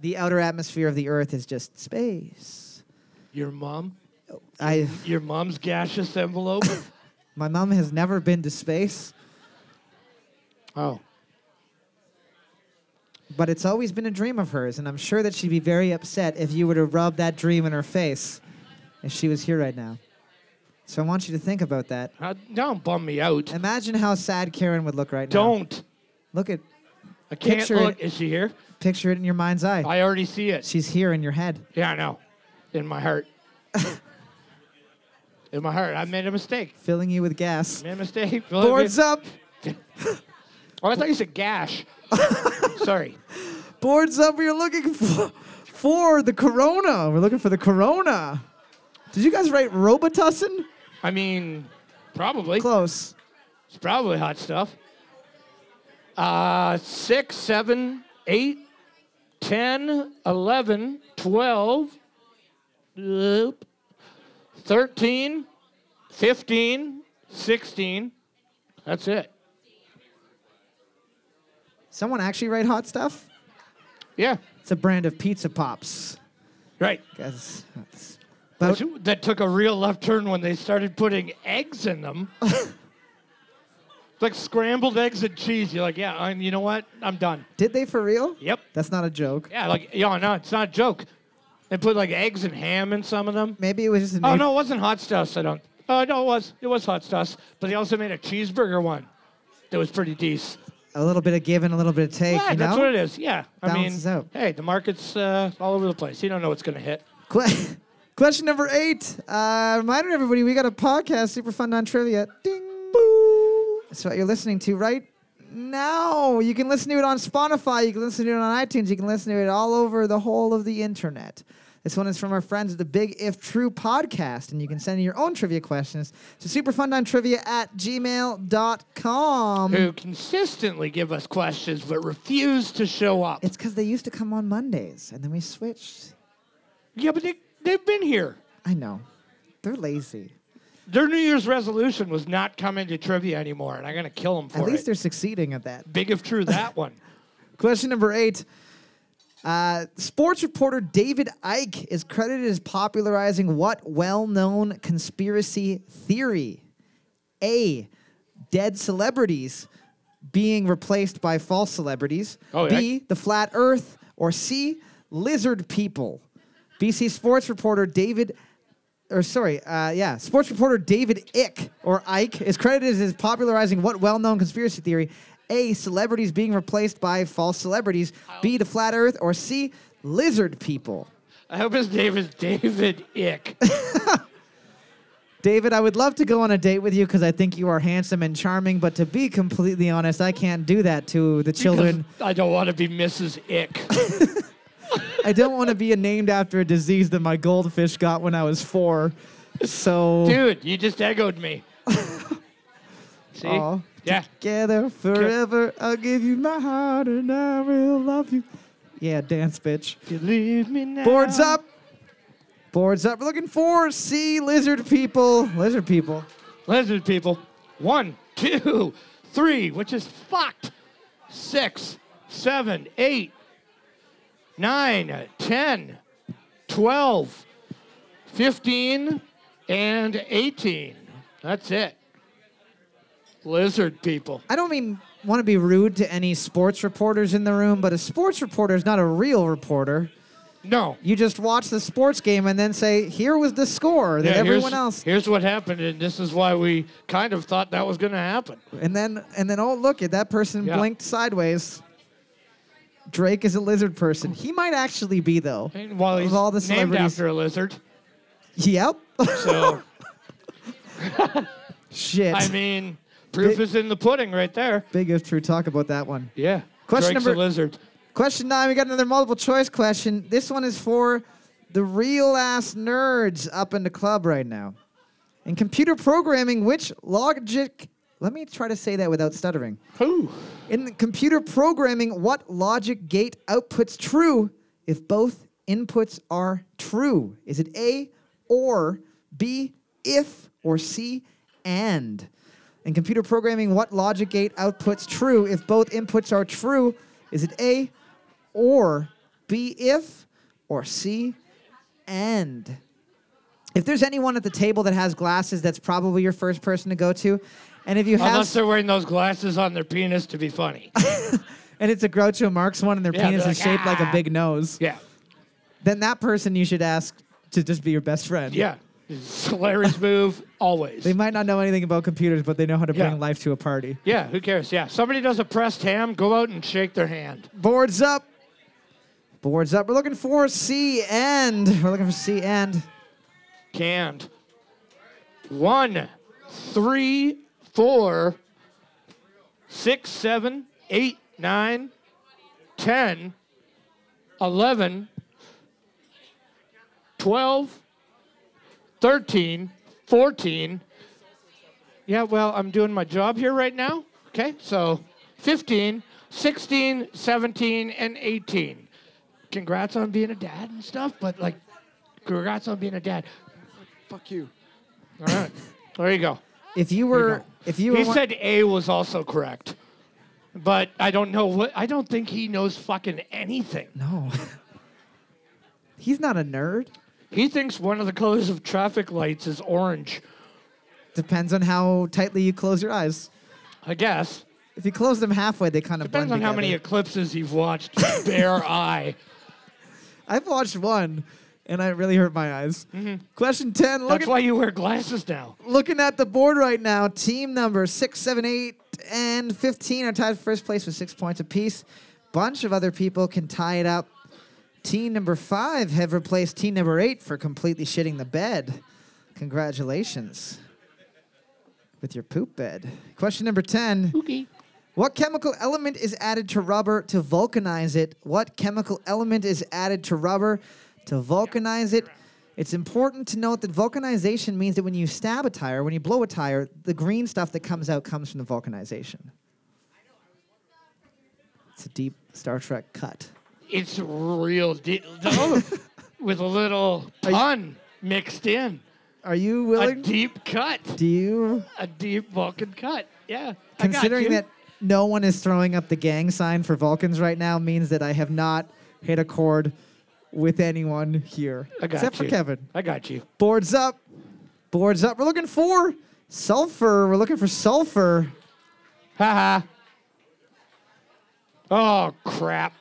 S1: the outer atmosphere of the earth is just space.
S2: Your mom?
S1: I,
S2: Your mom's gaseous
S1: [laughs]
S2: envelope?
S1: my mom has never been to space,
S2: oh.
S1: but it's always been a dream of hers, and I'm sure that she'd be very upset if you were to rub that dream in her face if she was here right now. So I want you to think about that.
S2: Uh, don't bum me out.
S1: Imagine how sad Karen would look right now.
S2: Don't.
S1: look at
S2: I can't
S1: Picture
S2: look.
S1: it.
S2: Is she here?
S1: picture it in your mind's eye.
S2: I already see it.
S1: She's here in your head.
S2: yeah, I know. In my
S1: [laughs]
S2: heart. In my heart. I made a mistake.
S1: Filling you with gas.
S2: Made a mistake. [laughs]
S1: Boards up.
S2: Oh, I thought you said gash. Sorry.
S1: Boards up. We are looking for, for the corona. We're looking for the corona. Did you guys write Robitussin?
S2: I mean, probably.
S1: Close.
S2: It's probably hot stuff. Uh, six, seven, eight, 10, 11, 12, oop, 13, 15, 16. That's it.
S1: Someone actually write hot stuff?
S2: Yeah,
S1: It's a brand of pizza pops.
S2: right.
S1: Guys, that's-
S2: That's-
S1: but
S2: that took a real left turn when they started putting eggs in them. It's like scrambled eggs and cheese. You're like, yeah, and you know what? I'm done.
S1: did they for real?
S2: Yep.
S1: That's not a joke.
S2: Yeah, like yeah, no, it's not a joke. They put like eggs and ham in some of them.
S1: Maybe it was just an
S2: Oh no, it wasn't hot stuff. I don't. Oh no, it was. It was hot stuff. But they also made a cheeseburger one. That was pretty decent.
S1: a little bit of give and a little bit of take.
S2: yeah,
S1: you
S2: that's
S1: know?
S2: what it is. Yeah, I
S1: Balances
S2: mean,
S1: out.
S2: hey, the market's uh, all over the place. You don't know what's gonna hit.
S1: Que- [laughs] Question number eight. Uh, reminder everybody, we got a podcast, Super Fun Non Trivia. Ding. Boo. That's what you're listening to right now. You can listen to it on Spotify. You can listen to it on iTunes. You can listen to it all over the whole of the internet. This one is from our friends at the Big If True podcast, and you can send in your own trivia questions to superfundontrivia at gmail.com.
S2: Who consistently give us questions but refuse to show up.
S1: It's because they used to come on Mondays, and then we switched.
S2: yeah, but they, they've been here.
S1: I know. They're lazy.
S2: Their New Year's resolution was not coming to trivia anymore, and I'm gonna kill them for
S1: At least
S2: it.
S1: they're succeeding at that.
S2: Big if true that one.
S1: Question number eight. Uh, sports reporter David Icke is credited as popularizing what well known conspiracy theory? A. Dead celebrities being replaced by false celebrities.
S2: Oh, yeah.
S1: B. The flat earth. Or C. Lizard people. BC sports reporter David or sorry, uh, yeah, sports reporter David Ick or Ike is credited as popularizing what well-known conspiracy theory? A. Celebrities being replaced by false celebrities. B. The flat Earth. Or C. Lizard people.
S2: [laughs] I hope his name is David Ick.
S1: David, I would love to go on a date with you because I think you are handsome and charming, but to be completely honest, I can't do that to the [laughs] children.
S2: Because I don't want to be Mrs. Ick.
S1: I don't want to be named after a disease that my goldfish got when I was four. So
S2: [laughs] Dude, you just echoed me.
S1: [laughs]
S2: See?
S1: Aw.
S2: Yeah.
S1: together forever, I'll give you my heart and I will love you. Yeah, dance, bitch.
S2: You leave me now.
S1: Boards up. Boards up. We're looking for sea lizard people. Lizard people.
S2: Lizard people. One, two, three, which is fucked. Six, seven, eight, nine, ten, twelve, fifteen, and eighteen. That's it. Lizard people.
S1: I don't mean want to be rude to any sports reporters in the room, but a sports reporter is not a real reporter.
S2: No.
S1: You just watch the sports game and then say, "Here was the score." That
S2: Yeah,
S1: everyone
S2: here's-
S1: else,
S2: Here's what happened, and this is why we kind of thought that was going to happen.
S1: and then and then oh look, at that person
S2: Yeah.
S1: blinked sideways. Drake is a lizard person. He might actually be though.
S2: And while
S1: Of
S2: he's
S1: all the
S2: named
S1: celebrities.
S2: after a lizard,
S1: Yep. [laughs]
S2: so
S1: Shit.
S2: I mean, proof is in the pudding, right there.
S1: Big if true talk about that one.
S2: Yeah.
S1: Question
S2: Drake's
S1: number-
S2: a lizard.
S1: Question nine, we got another multiple choice question. This one is for the real ass nerds up in the club right now. In computer programming, which logic. Let me try to say that without stuttering.
S2: Who?
S1: In computer programming, what logic gate outputs true if both inputs are true? Is it A or B if or C and? In computer programming, what logic gate outputs true if both inputs are true? Is it A or B if or C and? If there's anyone at the table that has glasses, that's probably your first person to go to. And if you have
S2: Unless they're wearing those glasses on their penis to be
S1: [laughs]
S2: funny.
S1: and it's a Groucho Marx one, and their
S2: Yeah,
S1: penis
S2: they're
S1: is
S2: like,
S1: shaped like a
S2: "Ah."
S1: big nose,
S2: yeah.
S1: then that person you should ask to just be your best friend.
S2: Yeah. It's a hilarious move, always.
S1: They might not know anything about computers, but they know how to
S2: Yeah.
S1: bring life to a party.
S2: Yeah, who cares? Yeah. Somebody does a pressed ham, go out and shake their hand.
S1: Boards up. Boards up. We're looking for C and. We're looking for C and.
S2: Canned. One, three, four, six, seven, eight, nine, ten, eleven, twelve, thirteen, fourteen. Yeah, well, I'm doing my job here right now. Okay, so 15, 16, 17, and 18. Congrats on being a dad and stuff, but like, congrats on being a dad. Fuck you. All right. there you go.
S1: If you were, if you were,
S2: He
S1: one-
S2: said A was also correct. But I don't know what I don't think he knows fucking anything.
S1: no. He's not a nerd.
S2: He thinks one of the colors of traffic lights is orange.
S1: Depends on how tightly you close your eyes.
S2: I guess.
S1: If you close them halfway, they kind of
S2: Depends on
S1: blend
S2: how many
S1: together.
S2: eclipses you've watched. with
S1: [laughs]
S2: Bare eye.
S1: I've watched one, and it really hurt my eyes.
S2: Mm-hmm.
S1: Question ten. Look
S2: That's
S1: at
S2: why you wear glasses now.
S1: looking at the board right now, team number six, seven, eight, and 15 are tied for first place with six points apiece. Bunch of other people can tie it up. Team number five have replaced team number eight for completely shitting the bed. Congratulations with your poop bed. Question number 10.
S2: Oogie.
S1: What chemical element is added to rubber to vulcanize it? What chemical element is added to rubber to vulcanize it? It's important to note that vulcanization means that when you stab a tire, when you blow a tire, the green stuff that comes out comes from the vulcanization. It's a deep Star Trek cut.
S2: It's real deal with a little pun mixed in.
S1: Are you
S2: A
S1: willing?
S2: deep cut.
S1: Do you,
S2: A deep Vulcan cut. Yeah. I got
S1: considering
S2: you.
S1: that no one is throwing up the gang sign for Vulcans right now, means that I have not hit a chord with anyone here,
S2: I got
S1: except
S2: you.
S1: for Kevin.
S2: I got you.
S1: Boards up. Boards up. We're looking for sulfur. We're looking for sulfur.
S2: Haha. Oh crap.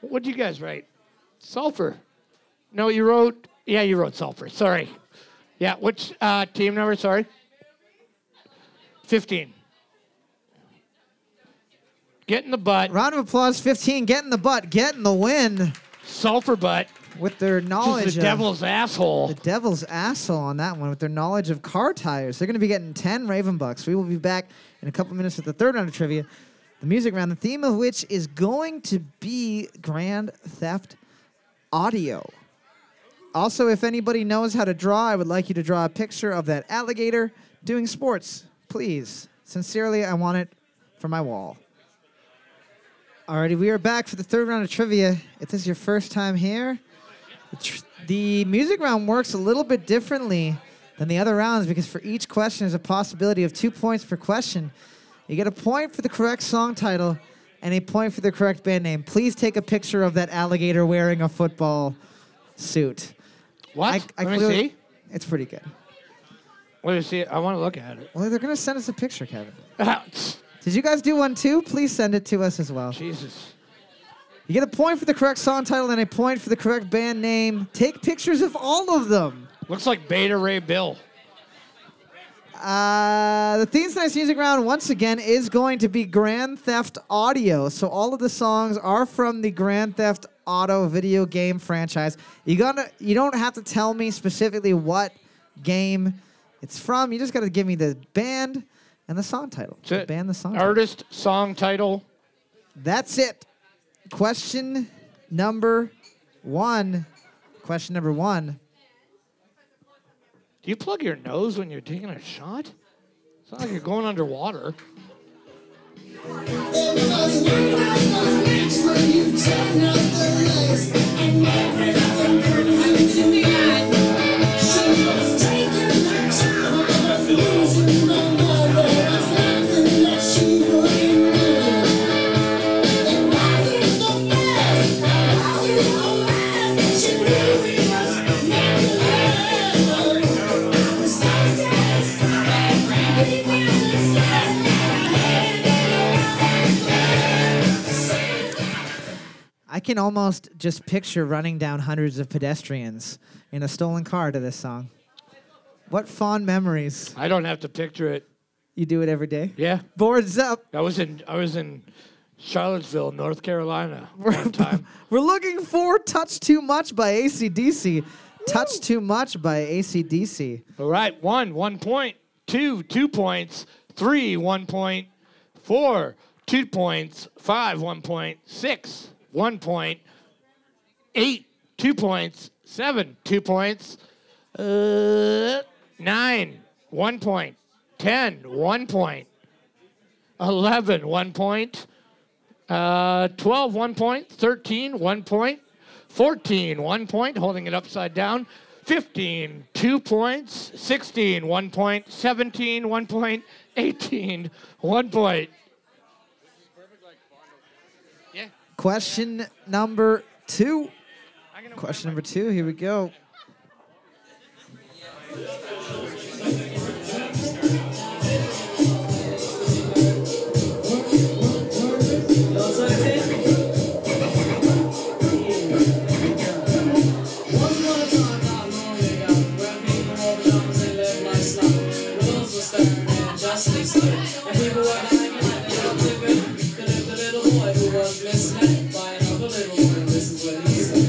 S2: What'd you guys write? Sulfur. No, you wrote yeah, you wrote sulfur. Sorry. Yeah, which uh, team number, sorry? Fifteen. Get in the butt.
S1: Round of applause 15. Get in the butt. Get in the win
S2: Sulfur butt.
S1: with their
S2: This
S1: knowledge
S2: is the
S1: of
S2: devil's asshole.
S1: the devil's asshole on that one with their knowledge of car tires. They're going to be getting 10 Raven Bucks. We will be back in a couple minutes with the third round of trivia, the music round, the theme of which is going to be Grand Theft Audio. Also, if anybody knows how to draw, I would like you to draw a picture of that alligator doing sports, please. Sincerely, I want it for my wall. Alrighty, we are back for the third round of trivia. If this is your first time here, the, tr- The music round works a little bit differently than the other rounds because for each question, there's a possibility of two points per question. You get a point for the correct song title and a point for the correct band name. Please take a picture of that alligator wearing a football suit.
S2: What? Let me
S1: clearly-
S2: see.
S1: It's pretty good.
S2: Let me see. it. I want to look at
S1: Well, they're going to send us a picture, Kevin.
S2: it. [laughs]
S1: Did you guys do one too? Please send it to us as well.
S2: Jesus.
S1: You get a point for the correct song title and a point for the correct band name. Take pictures of all of them.
S2: Looks like Beta Ray Bill.
S1: Uh, the theme tonight's music round once again is going to be Grand Theft Audio. So all of the songs are from the Grand Theft Auto video game franchise. You gotta, you don't have to tell me specifically what game it's from. You just gotta give me the band and the song title.
S2: That's it.
S1: The band, the song. title.
S2: Artist, song title.
S1: That's it. Question number one. Question number one.
S2: Do you plug your nose when you're taking a shot? It's not like you're going underwater.
S3: Everybody went out those nights when you turned out the lights and everything could come to me. She was taking her time, I was losing my mind. There was nothing that she wouldn't do. And while he was fast, while he was fast, she knew he was making love. I was so tense, he was the sun I had in my eyes.
S1: I can almost just picture running down hundreds of pedestrians in a stolen car to this song. What fond memories.
S2: I don't have to picture it.
S1: You do it every day.
S2: Yeah.
S1: Boards up.
S2: I was in I was in Charlottesville, North Carolina one time.
S1: We're looking for Touch Too Much by ACDC. Touch Too Much by ACDC.
S2: All right, one, one point, two, two points, three, one point, four, two points, five, one point, six, one point, eight, two points, seven, two points, uh, nine, one point, ten, one point, eleven, one point, uh, twelve, one point, thirteen, one point, 14, one point, holding it upside down. 15, two points. 16, one point. 17, one point. 18, one point. Yeah.
S1: Question number two.
S2: I'm gonna
S1: Question number two. Here we go.
S4: And people were dying like they don't live it. They lived a little boy who was misled by another little boy. This is what he said.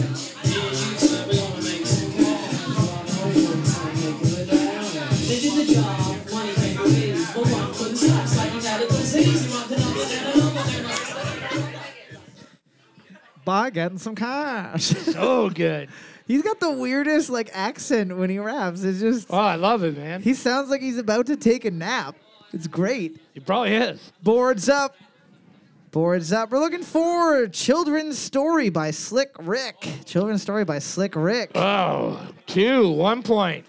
S4: Me and you tonight, we gonna make some cash. Gonna hold some, make a little down. They did the job, money came with ease. But one couldn't stop, it's like he had a disease. He wanted another and another and another.
S1: By getting some cash. [laughs]
S2: So good.
S1: He's got the weirdest like accent when he raps. It's just
S2: Oh, I love it, man.
S1: he sounds like he's about to take a nap. It's great.
S2: He probably is.
S1: Boards up. Boards up. We're looking for Children's Story by Slick Rick. Children's Story by Slick Rick.
S2: Oh, two, one point.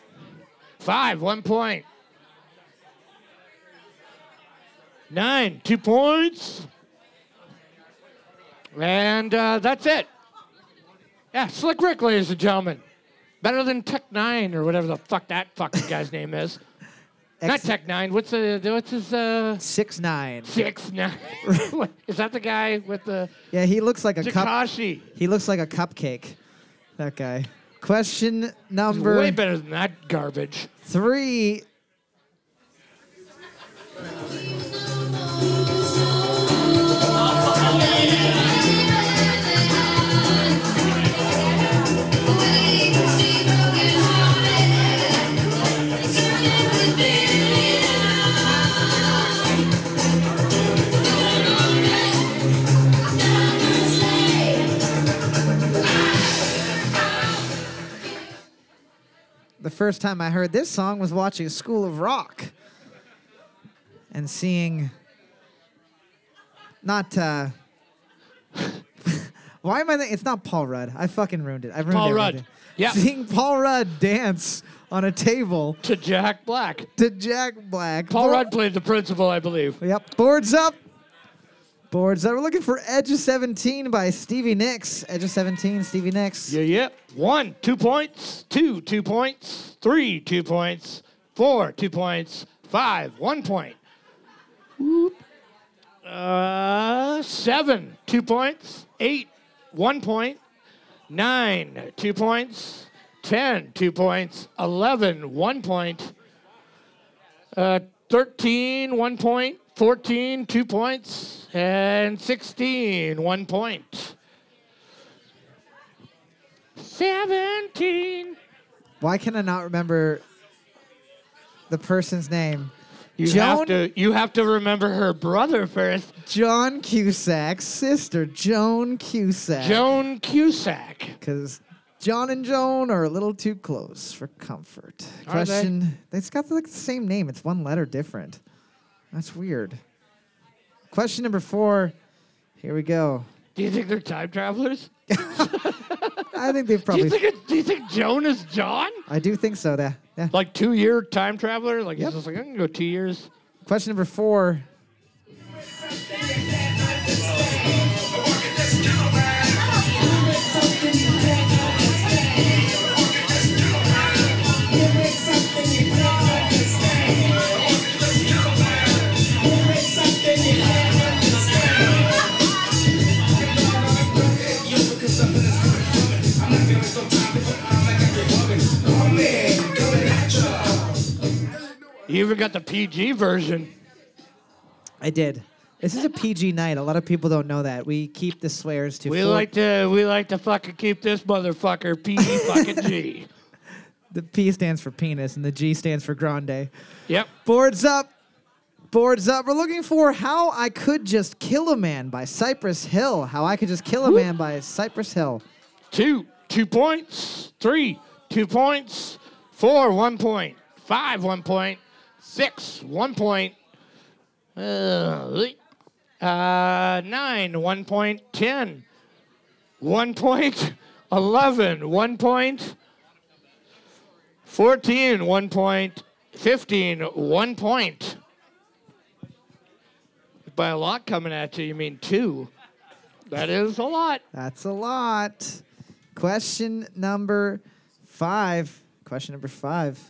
S2: Five, one point. Nine, two points. And uh, that's it. Yeah, Slick Rick, ladies and gentlemen. Better than Tech Nine or whatever the fuck that fucking guy's name is. Not
S1: Ex-
S2: Tech Nine. What's the what's his uh
S1: Six nine.
S2: six nine? is that the guy with the
S1: Yeah, he looks like a cup.
S2: Takashi?
S1: He looks like a cupcake. That guy. Question
S2: Way
S1: number
S2: better than that garbage.
S1: three. The first time I heard this song was watching School of Rock and seeing not uh [laughs] why am I think it's not Paul Rudd. I fucking ruined it. I ruined
S2: Paul
S1: everything.
S2: Rudd. Yeah.
S1: seeing Paul Rudd dance on a table
S2: to Jack Black.
S1: to Jack Black.
S2: Paul
S1: Bo-
S2: Rudd played the principal, I believe.
S1: Yep. Boards up. Boards up. We're looking for Edge of 17 by Stevie Nicks. Edge of 17, Stevie Nicks.
S2: Yeah, yeah. One, two points. Two, two points. Three, two points. Four, two points. Five, one point. Whoop. Uh, seven, two points. Eight, one point. Nine, two points. Ten, two points. Eleven, one point. Uh, 13, one point. 14, two points. And 16, one point. 17.
S1: Why can I not remember the person's name?
S2: You
S1: Joan-
S2: have to you have to remember her brother first.
S1: John Cusack's sister, Joan Cusack.
S2: Joan Cusack.
S1: Because John and Joan are a little too close for comfort.
S2: Are they?
S1: Question. They? has got like the same name. It's one letter different. That's weird. Question number four. Here we go.
S2: Do you think they're time travelers?
S1: I think
S2: [laughs]
S1: they've
S2: Do
S1: probably.
S2: you think it, do you think Joan is John?
S1: I do think so. That. Yeah.
S2: Like two year time traveler? Like
S1: Yep.
S2: he's just like I can go two years.
S1: Question number four.
S2: You even got the PG version.
S1: I did. This is a PG night. A lot of people don't know that. We keep the swears to.
S2: We
S1: four-
S2: like to we like to fucking keep this motherfucker PG fucking
S1: [laughs]
S2: G.
S1: the P stands for penis and the G stands for grande.
S2: Yep.
S1: Boards up. Boards up. We're looking for How I Could Just Kill a Man by Cypress Hill. How I Could Just Kill a Man by Cypress Hill.
S2: two, two points, three, two points, four, one point, five, one point, six, one point, uh, uh, nine, one point, ten, one point, [laughs] eleven, one point, fourteen, one point, fifteen, one point. By a lot coming at you, you mean two. That is a lot.
S1: That's a lot. Question number five. Question number five.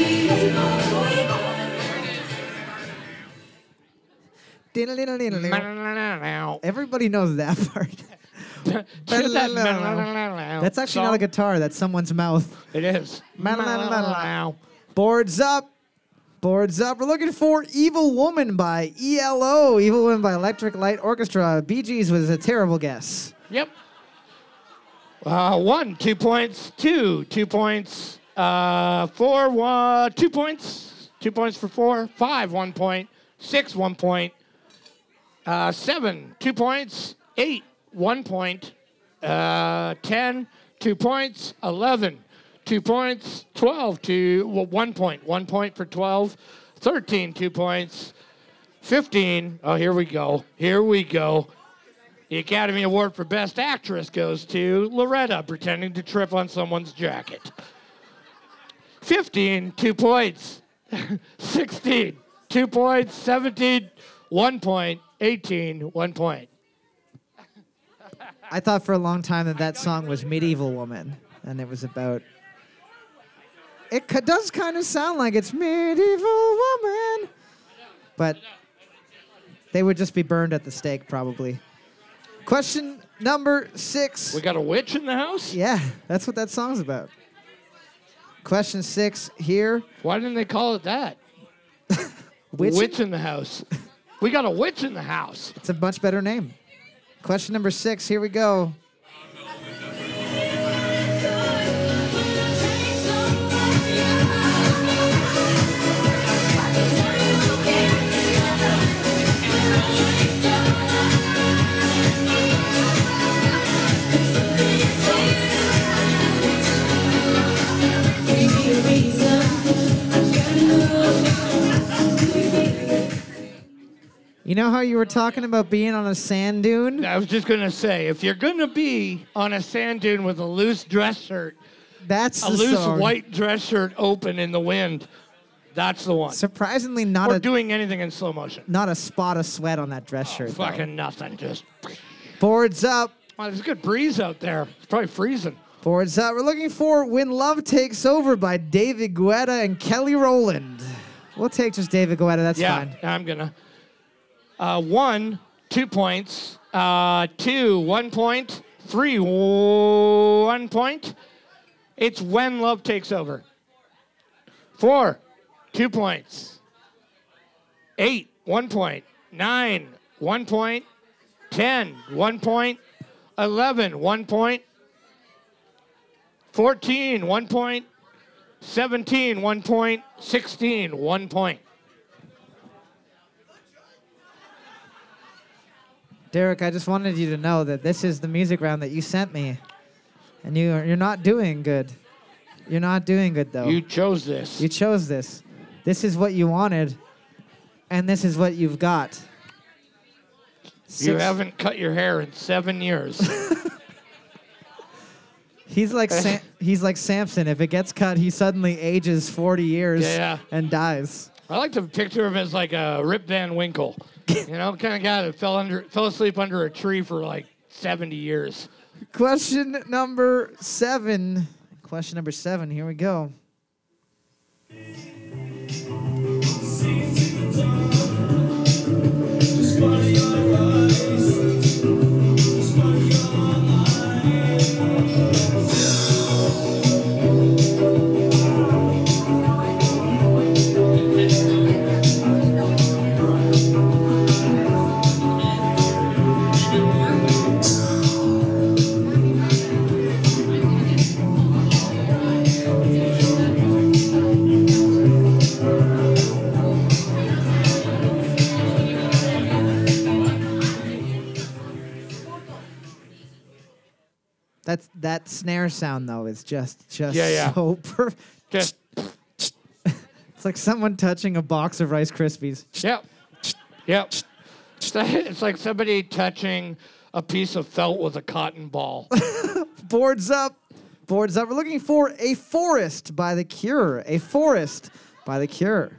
S2: [laughs]
S1: Everybody
S2: That's
S1: knows that [laughs] part. [laughs] That's actually not a guitar, that's someone's mouth.
S2: It is.
S1: Boards up. Boards up. We're looking for Evil Woman by ELO. Evil Woman by Electric Light Orchestra. Bee Gees was a terrible guess.
S2: Yep. Uh, one, two points, two, two points, uh, four, one, two points, two points for four, five, one point, six, one point, uh, seven, two points, eight, one point, uh, ten, two points, eleven, two points, twelve, two, well, one point, one point for twelve, thirteen, two points, fifteen, oh, here we go, here we go. The Academy Award for Best Actress goes to Loretta pretending to trip on someone's jacket. 15, two points. [laughs] 16, two points. 17, one point. 18, one point.
S1: I thought for a long time that that song was Medieval Woman, and it was about. It c- does kind of sound like it's Medieval Woman, but they would just be burned at the stake, probably. Question number six.
S2: We got a witch in the house?
S1: Yeah, that's what that song's about. Question six here.
S2: Why didn't they call it that?
S1: Which
S2: Witch in the house. We got a witch in the house.
S1: It's a much better name. Question number six. Here we go. You know how you were talking about being on a sand dune?
S2: I was just gonna say, if you're gonna be on a sand dune with a loose dress shirt,
S1: That's
S2: a
S1: the
S2: loose
S1: song.
S2: white dress shirt open in the wind, that's the one.
S1: Surprisingly, not
S2: or Oh,
S1: a
S2: doing anything in slow motion.
S1: not a spot of sweat on that dress shirt. though.
S2: Fucking nothing. Just
S1: Boards up.
S2: wow, there's a good breeze out there. It's probably freezing.
S1: Boards up. We're looking for When Love Takes Over by David Guetta and Kelly Rowland. We'll take just David Guetta. That's
S2: yeah,
S1: fine.
S2: I'm gonna. Uh, one, two points. Uh, two, one point. Three, one point. It's when love takes over. Four, two points. Eight, one point. Nine, one point. Ten, one point. Eleven, one point. Fourteen, one point. Seventeen, one point. Sixteen, one point.
S1: Derek, I just wanted you to know that this is the music round that you sent me, and you you're not doing good. You're not doing good though.
S2: You chose this.
S1: You chose this. This is what you wanted, and this is what you've got.
S2: You
S1: Six-
S2: haven't cut your hair in seven
S1: [laughs]
S2: years.
S1: He's
S2: [laughs]
S1: like Sam, he's like Samson. If it gets cut, he suddenly ages 40 years
S2: Yeah.
S1: and dies.
S2: I like to picture him as like a Rip Van Winkle, you know, kind of guy that fell under, fell asleep under a tree for like 70 years.
S1: Question number seven. Question number seven. Here we go. That's that snare sound though is just just
S2: Yeah, yeah.
S1: so [laughs] per-
S2: Just
S1: It's like someone touching a box of Rice Krispies.
S2: yep, yep. [laughs] It's like- It's like somebody touching a piece of felt with a cotton ball.
S1: Boards up. Boards up. We're looking for A Forest by The Cure. A Forest by The Cure.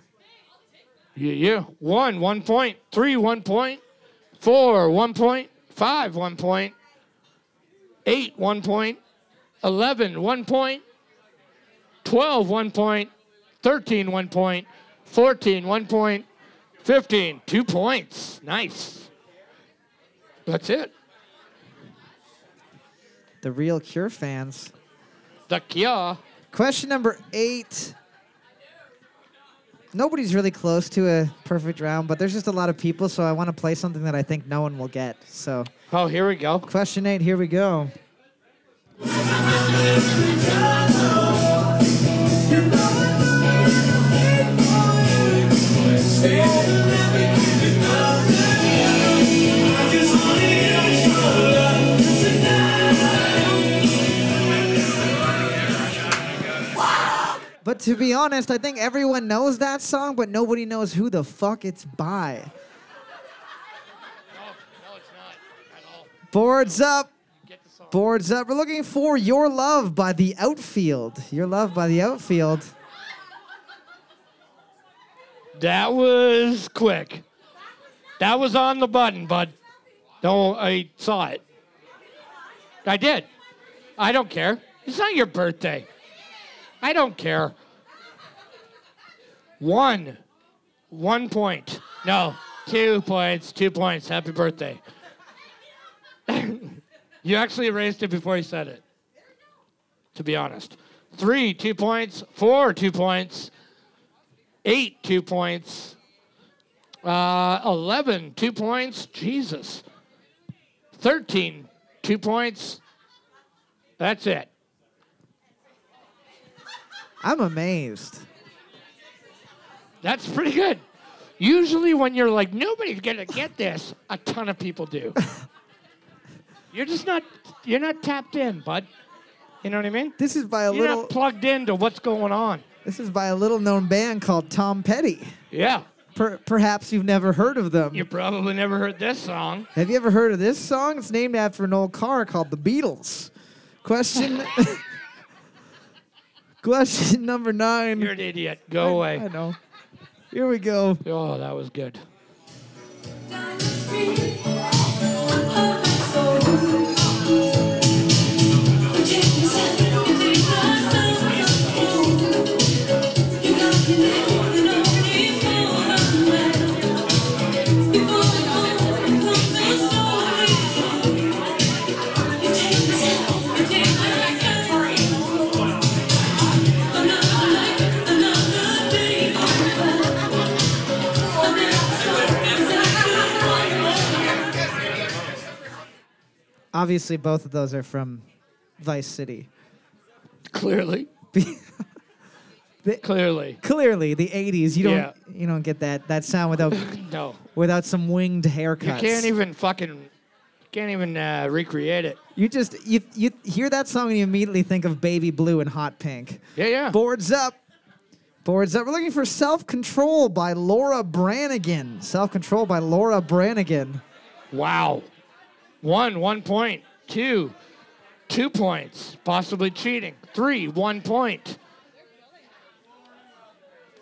S2: Yeah, yeah. One, one point. Three, one point. Four, one point. Five, one point. Eight, one point. Eleven, one point. Twelve, one point. Thirteen, one point. Fourteen, one point. Fifteen, two points. Nice. That's it.
S1: The real Cure fans.
S2: The Kia.
S1: Question number eight. Nobody's really close to a perfect round, but there's just a lot of people, so I want to play something that I think no one will get. So,
S2: Oh, here we go.
S1: question eight, here we go. But to be honest, I think everyone knows that song, but nobody knows who the fuck it's by. Boards up. Boards up. We're looking for Your Love by the Outfield. Your Love by the Outfield.
S2: That was quick. That was on the button, bud. No, I saw it. I did. I don't care. It's not your birthday. I don't care. One. One point. No, two points. Two points. Happy birthday. [laughs] you actually erased it before you said it, to be honest. Three, two points. Four, two points eight two points, uh, 11 two points, Jesus, 13 two points. That's it.
S1: I'm amazed.
S2: That's pretty good. Usually, when you're like, nobody's gonna get this, a ton of people
S1: [laughs]
S2: do. you're just not, you're not tapped in, bud. You know what I mean?
S1: This is by a
S2: You're
S1: little
S2: not plugged into what's going on.
S1: this is by a little known band called Tom Petty.
S2: Yeah.
S1: Per- perhaps you've never heard of them.
S2: You probably never heard this song.
S1: Have you ever heard of this song? It's named after an old car called the Beatles. Question. [laughs] Question number nine.
S2: You're an idiot. Go
S1: I
S2: away.
S1: know. Here we go.
S2: Oh, that was good.
S1: Obviously, both of those are from Vice City.
S2: [laughs] Clearly. Clearly.
S1: Clearly, the '80s. You don't.
S2: Yeah.
S1: You don't get that that sound without
S2: No.
S1: without some winged
S2: You
S1: haircuts.
S2: can't even fucking can't even uh, recreate it.
S1: You just you you hear that song and you immediately think of Baby Blue and Hot Pink.
S2: Yeah, yeah.
S1: Boards up. Boards up. We're looking for Self Control by Laura Branigan. Self Control by Laura Branigan.
S2: Wow. One, one point. Two, two points. Possibly cheating. Three, one point.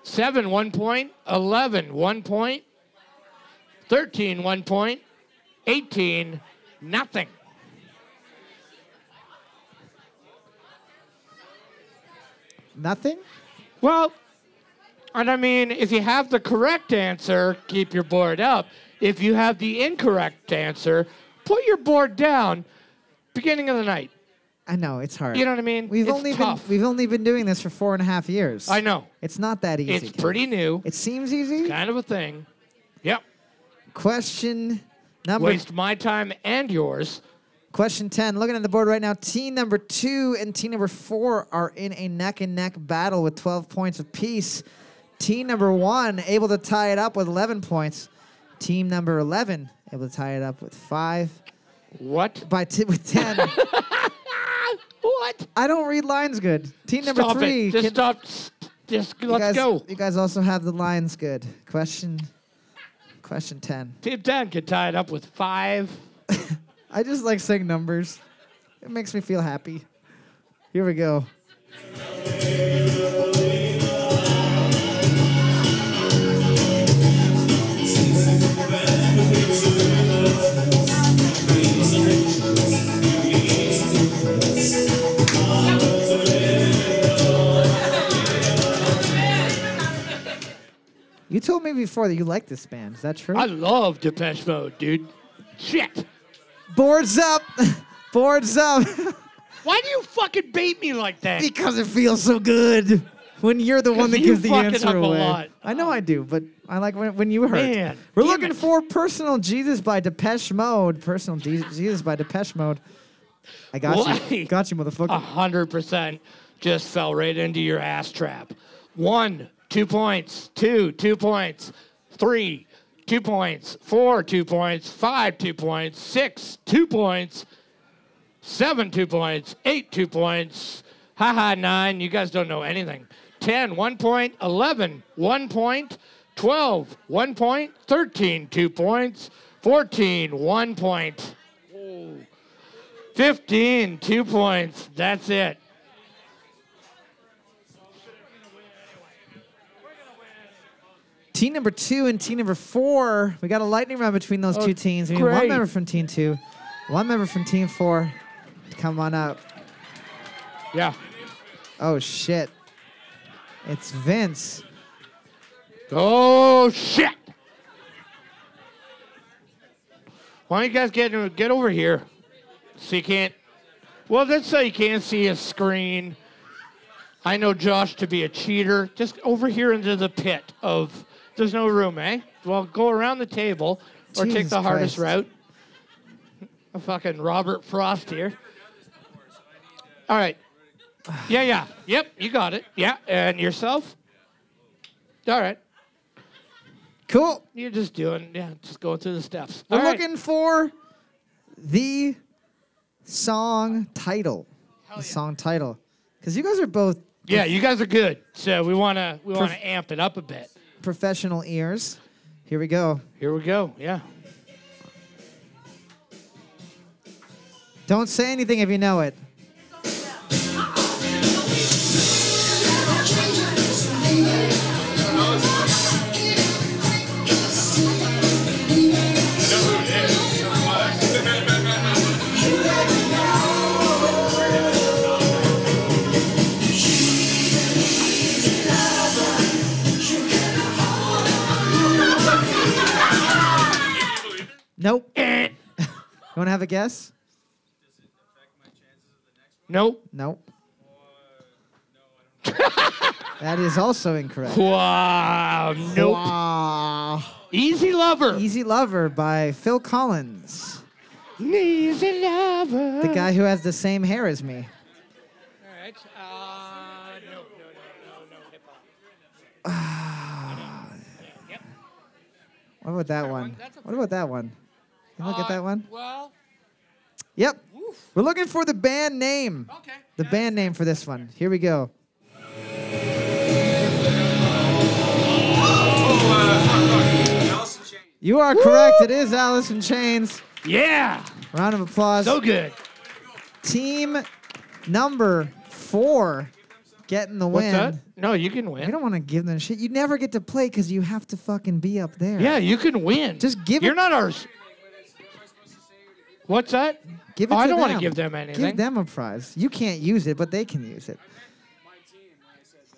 S2: Seven, one point. Eleven, one point. Thirteen, one point. Eighteen, nothing.
S1: Nothing?
S2: Well, and I mean, if you have the correct answer, keep your board up. If you have the incorrect answer, put your board down. Beginning of the night.
S1: I know it's hard.
S2: You know what I mean?
S1: We've
S2: It's
S1: only
S2: tough.
S1: been we've only been doing this for four and a half years.
S2: I know.
S1: It's not that easy.
S2: It's pretty new.
S1: It seems easy.
S2: kind of a thing. Yep.
S1: Question number
S2: Waste my time and yours.
S1: question ten. Looking at the board right now, team number two and team number four are in a neck and neck battle with twelve points apiece. Team number one able to tie it up with eleven points. Team number eleven able to tie it up with five
S2: What?
S1: by t- with
S2: [laughs]
S1: ten.
S2: What?
S1: I don't read lines good. Team number
S2: stop
S1: three.
S2: it. Just
S1: can-
S2: stop. S- Just
S1: you
S2: let's
S1: guys,
S2: go.
S1: You guys also have the lines good. Question question ten.
S2: Team 10 could tie it up with five.
S1: I just like saying numbers. It makes me feel happy. Here we go. You told me before that you like this band. Is that true?
S2: I love Depeche Mode, dude. Shit.
S1: Boards up. [laughs] Boards up. [laughs]
S2: Why do you fucking bait me like that?
S1: because it feels so good when you're the one that
S2: you
S1: gives the
S2: fuck it
S1: answer
S2: up a
S1: away.
S2: lot.
S1: I know I do, but I like when, when you hurt.
S2: Man,
S1: We're
S2: damn
S1: looking
S2: it.
S1: for Personal Jesus by Depeche Mode. Personal Je- Jesus by Depeche Mode. I got
S2: Why? Ah.
S1: you. Got you, motherfucker.
S2: A hundred percent just fell right into your ass trap. One, two points. Two, two points. Three, two points. Four, two points. Five, two points. Six, two points. Seven, two points. Eight, two points. Ha ha, nine. You guys don't know anything. Ten, one point. Eleven, one point. Twelve, one point. Thirteen, two points. Fourteen, one point. 15, two points. That's it.
S1: Team number two and team number four. We got a lightning round between those two teams. We need one
S2: Oh, great.
S1: member from team two, one member from team four. Come on up.
S2: Yeah.
S1: Oh shit. It's Vince.
S2: Oh shit! Why don't you guys get get over here? So you can't. Well, that's so you can't see a screen. I know Josh to be a cheater. Just over here into the pit of. There's no room, eh? Well, go around the table or take
S1: Jesus
S2: the hardest
S1: Christ.
S2: route. A fucking Robert Frost here. All right. Yeah, yeah. Yep, you got it. Yeah, and yourself? All right.
S1: Cool.
S2: You're just doing, yeah, just going through the steps.
S1: We're
S2: All right.
S1: looking for the song title. the song title. Because you guys are both
S2: Yeah, you guys are good. So we wanna we wanna amp it up a bit.
S1: professional ears. Here we go.
S2: Here we go. Yeah.
S1: Don't say anything if you know it. Nope. you want to have a guess?
S2: Nope.
S1: Nope. that is also incorrect.
S2: Wow. Nope.
S1: Wow.
S2: Easy lover.
S1: Easy Lover by Phil Collins,
S2: Easy lover.
S1: the guy who has the same hair as me.
S2: All right. Uh, no, no, no, no, no. Hip hop.
S1: What about that one?
S2: that's a
S1: What about that one? Can you look at that one?
S2: Well,
S1: Yep. We're looking for the band name.
S2: okay.
S1: The band name for this one. Here we go. You are correct. It is Alice in Chains.
S2: Yeah.
S1: Round of applause.
S2: So good.
S1: Team number four getting the
S2: What's
S1: win.
S2: that? No, you can
S1: You
S2: win.
S1: don't want to give them shit. You never get to play because you have to fucking be up there.
S2: Yeah, you can win.
S1: Just give
S2: You're
S1: it-
S2: not ours. What's that?
S1: Give it
S2: Oh,
S1: to
S2: I don't
S1: want
S2: wanna give them anything.
S1: Give them a prize. You can't use it, but they can use it.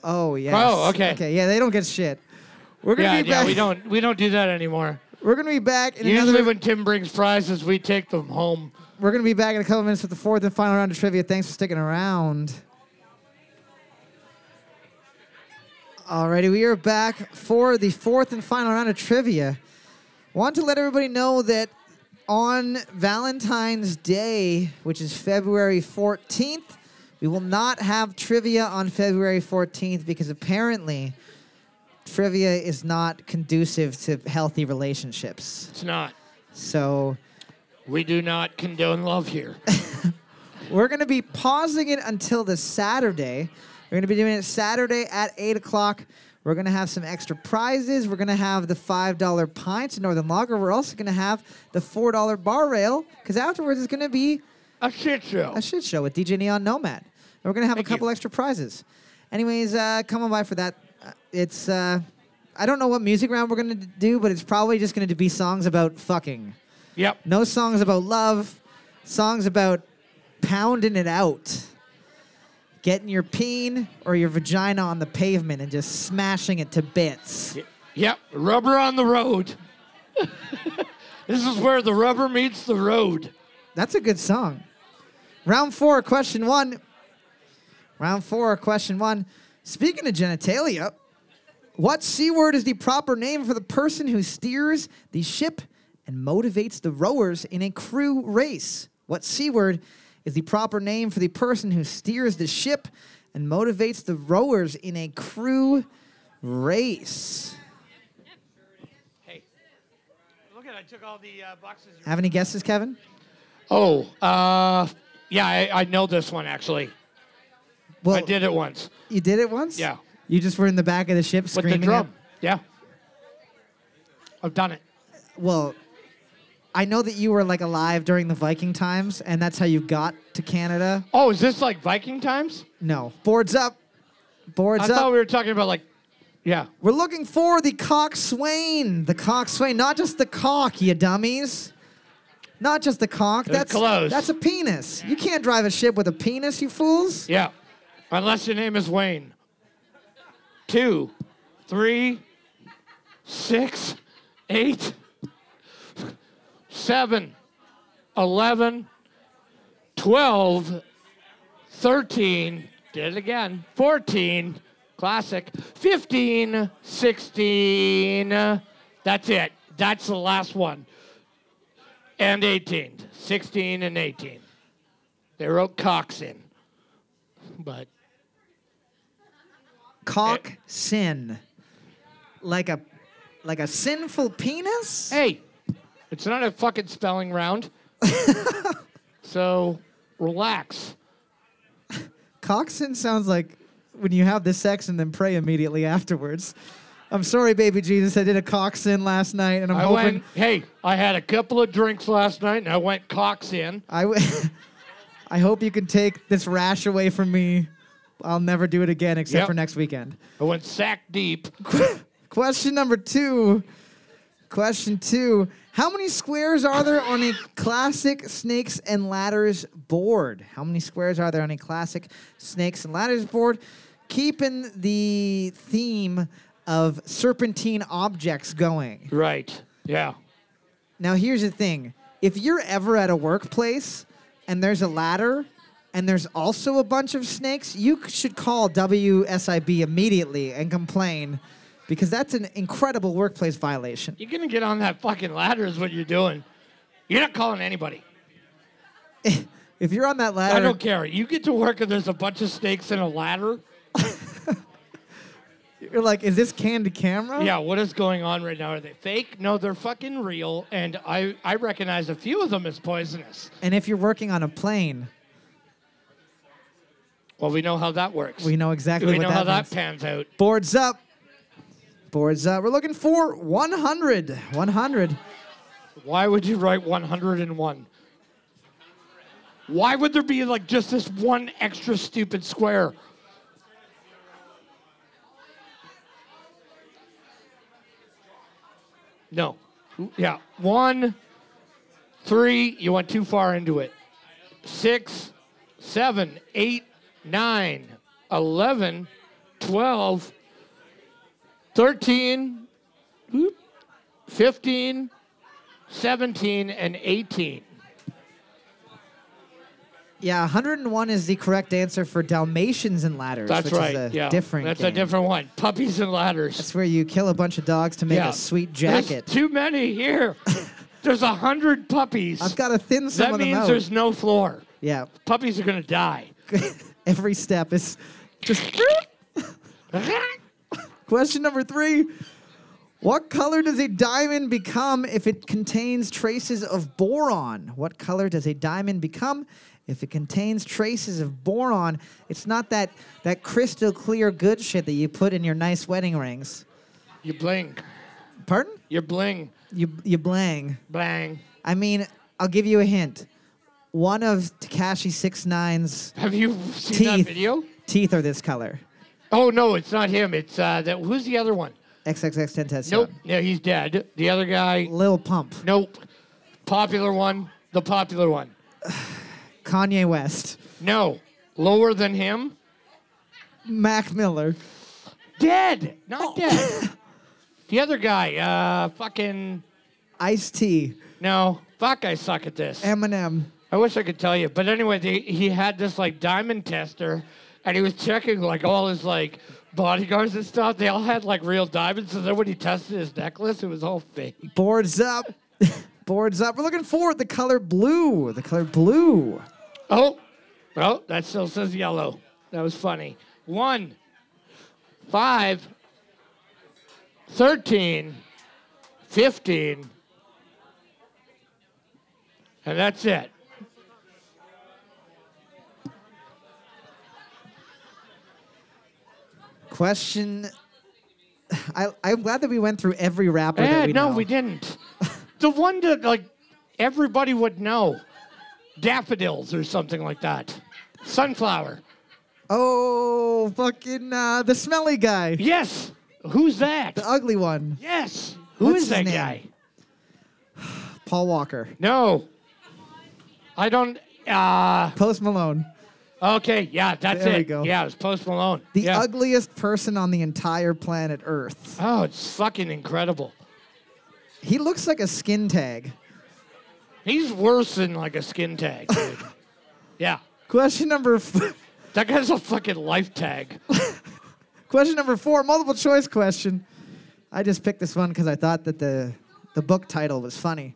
S1: Oh yes.
S2: Oh, okay.
S1: Okay. Yeah, they don't get shit. We're gonna
S2: Yeah,
S1: be
S2: yeah.
S1: back.
S2: We don't. We don't do that anymore.
S1: [laughs] We're gonna be back in
S2: Usually,
S1: another.
S2: when Tim brings prizes, we take them home.
S1: We're gonna be back in a couple minutes with the fourth and final round of trivia. Thanks for sticking around. Alrighty, we are back for the fourth and final round of trivia. Want to let everybody know that on Valentine's Day, which is February 14th, we will not have trivia on February 14th because apparently trivia is not conducive to healthy relationships.
S2: It's not.
S1: So
S2: We do not condone love
S1: [laughs]
S2: here.
S1: We're going to be pausing it until the Saturday. We're going to be doing it Saturday at 8 o'clock. We're going to have some extra prizes. We're going to have the $5 pints of Northern Lager. We're also going to have the $4 bar rail because afterwards it's going to be
S2: A shit show.
S1: a shit show with DJ Neon Nomad. And we're going to have
S2: Thank
S1: a couple
S2: you.
S1: extra prizes. Anyways, uh, come on by for that. Uh, It's, uh, I don't know what music round we're going to do, but it's probably just going to be songs about fucking.
S2: Yep.
S1: No songs about love, songs about pounding it out. Getting your peen or your vagina on the pavement and just smashing it to bits.
S2: Yep. Rubber on the road. [laughs] this is where the rubber meets the road.
S1: That's a good song. Round four, question one. Round four, question one. Speaking of genitalia, what C word is the proper name for the person who steers the ship and motivates the rowers in a crew race? What C word is the proper name for the person who steers the ship and motivates the rowers in a crew race?
S2: Look at I took all the uh, boxes.
S1: Have any guesses, Kevin?
S2: Oh, uh, yeah, I, I know this one actually.
S1: Well,
S2: I did it once
S1: You did it once?
S2: Yeah.
S1: You just were in the back of the ship
S2: with
S1: screaming.
S2: the
S1: it?
S2: drum. Yeah. I've done it.
S1: Well, I know that you were like alive during the Viking times, and that's how you got to Canada.
S2: Oh, is this like Viking times?
S1: No, boards up,
S2: I
S1: boards up.
S2: thought we were talking about like, yeah.
S1: We're looking for the coxswain, the coxswain, not just the cock, you dummies. Not just the cock. That's
S2: close.
S1: That's a penis. You can't drive a ship with a penis, you fools.
S2: Yeah. Unless your name is Wayne. Two, three, six, eight, seven, eleven, twelve, thirteen. Did it again. Fourteen. Classic. Fifteen, sixteen. That's it. That's the last one. And 18. 16 and 18. They wrote Cox in. But Eh.
S1: Cock sin. Like a, like a sinful penis.
S2: hey, it's not a fucking spelling round.
S1: [laughs]
S2: so relax.
S1: Coxswain sounds like when you have the sex and then pray immediately afterwards. I'm sorry, baby Jesus. I did a cock sin last night, and I'm
S2: I
S1: hoping
S2: went, hey, I had a couple of drinks last night and I went cocks in.
S1: I. W- [laughs] I hope you can take this rash away from me. I'll never do it again, except
S2: Yep.
S1: for next weekend.
S2: I went sack deep.
S1: Question number two. Question two. How many squares are there on a classic snakes and ladders board? How many squares are there on a classic snakes and ladders board? Keeping the theme of serpentine objects going.
S2: Right. Yeah.
S1: Now, here's the thing if you're ever at a workplace and there's a ladder and there's also a bunch of snakes, you c- should call WSIB immediately and complain because that's an incredible workplace violation.
S2: You're going to get on that fucking ladder, is what you're doing. You're not calling anybody.
S1: If you're on that ladder,
S2: I don't care. You get to work and there's a bunch of snakes and a ladder.
S1: you're like, is this canned camera?
S2: Yeah, what is going on right now? Are they fake? No, they're fucking real. And I, I recognize a few of them as poisonous.
S1: And if you're working on a plane,
S2: Well, we know how that works.
S1: we know exactly
S2: we
S1: what
S2: know
S1: that
S2: how that
S1: means.
S2: pans out.
S1: Boards up. Boards up. We're looking for 100. 100.
S2: Why would you write 101? Why would there be like just this one extra stupid square? No. Yeah. One, three, you went too far into it. Six, seven, eight, nine, 11, 12, 13, whoop, 15, 17 and 18.
S1: Yeah, 101 is the correct answer for Dalmatians and ladders.
S2: That's
S1: which
S2: right.
S1: Is a
S2: yeah.
S1: different
S2: That's a
S1: game.
S2: different one. Puppies and ladders.
S1: That's where you kill a bunch of dogs to make
S2: yeah.
S1: a sweet
S2: There's
S1: jacket.
S2: too many
S1: [laughs]
S2: here. there's a hundred puppies.
S1: I've got to thin some
S2: that
S1: of them
S2: means
S1: out.
S2: there's no floor.
S1: yeah, [laughs]
S2: Puppies are gonna die. [laughs]
S1: every step is just. [laughs] Question number three: What color does a diamond become if it contains traces of boron? What color does a diamond become if it contains traces of boron? It's not that that crystal clear good shit that you put in your nice wedding rings.
S2: you bling.
S1: Pardon?
S2: You bling.
S1: You you blang.
S2: Blang.
S1: I mean, I'll give you a hint. One of Takashi 69's
S2: Have you seen that
S1: Teeth.
S2: video?
S1: teeth are this color.
S2: Oh no, it's not him. It's uh, that. Who's the other one?
S1: XXX Tentacion.
S2: Nope. Yeah, he's dead. The other guy.
S1: Lil Pump.
S2: Nope. Popular one. The popular one.
S1: Kanye West.
S2: No. Lower than him.
S1: Mac Miller.
S2: Dead. Not dead. [laughs] the other guy, uh, fucking.
S1: Ice T.
S2: No. Fuck, I suck at this.
S1: Eminem.
S2: I wish I could tell you. But anyway, they, he had this, like, diamond tester, and he was checking, like, all his, like, bodyguards and stuff. They all had, like, real diamonds. So then when he tested his necklace, it was all fake.
S1: Boards up. [laughs] Boards up. We're looking for the color blue. The color blue.
S2: Oh, oh, that still says yellow. That was funny. One, five, 13, 15, and that's it.
S1: Question. [sighs] I, I'm glad that we went through every rapper. that
S2: Eh,
S1: we
S2: no,
S1: know.
S2: we
S1: [laughs]
S2: didn't. the one that, like, everybody would know daffodils or something like that. Sunflower.
S1: Oh, fucking uh, the smelly guy.
S2: Yes. Who's that?
S1: The ugly one.
S2: Yes. Who is
S1: What's his
S2: that
S1: name?
S2: guy?
S1: Paul Walker.
S2: No. I don't. Uh,
S1: Post Malone.
S2: okay, yeah, that's
S1: There
S2: it.
S1: we go.
S2: Yeah, it's Post Malone.
S1: The
S2: yeah.
S1: ugliest person on the entire planet Earth.
S2: oh, it's fucking incredible.
S1: He looks like a skin tag.
S2: He's worse than like a skin tag,
S1: [laughs]
S2: dude. yeah,
S1: Question number f- [laughs]
S2: that guy's a fucking life tag.
S1: question number four, multiple choice question. I just picked this one because I thought that the the book title was funny.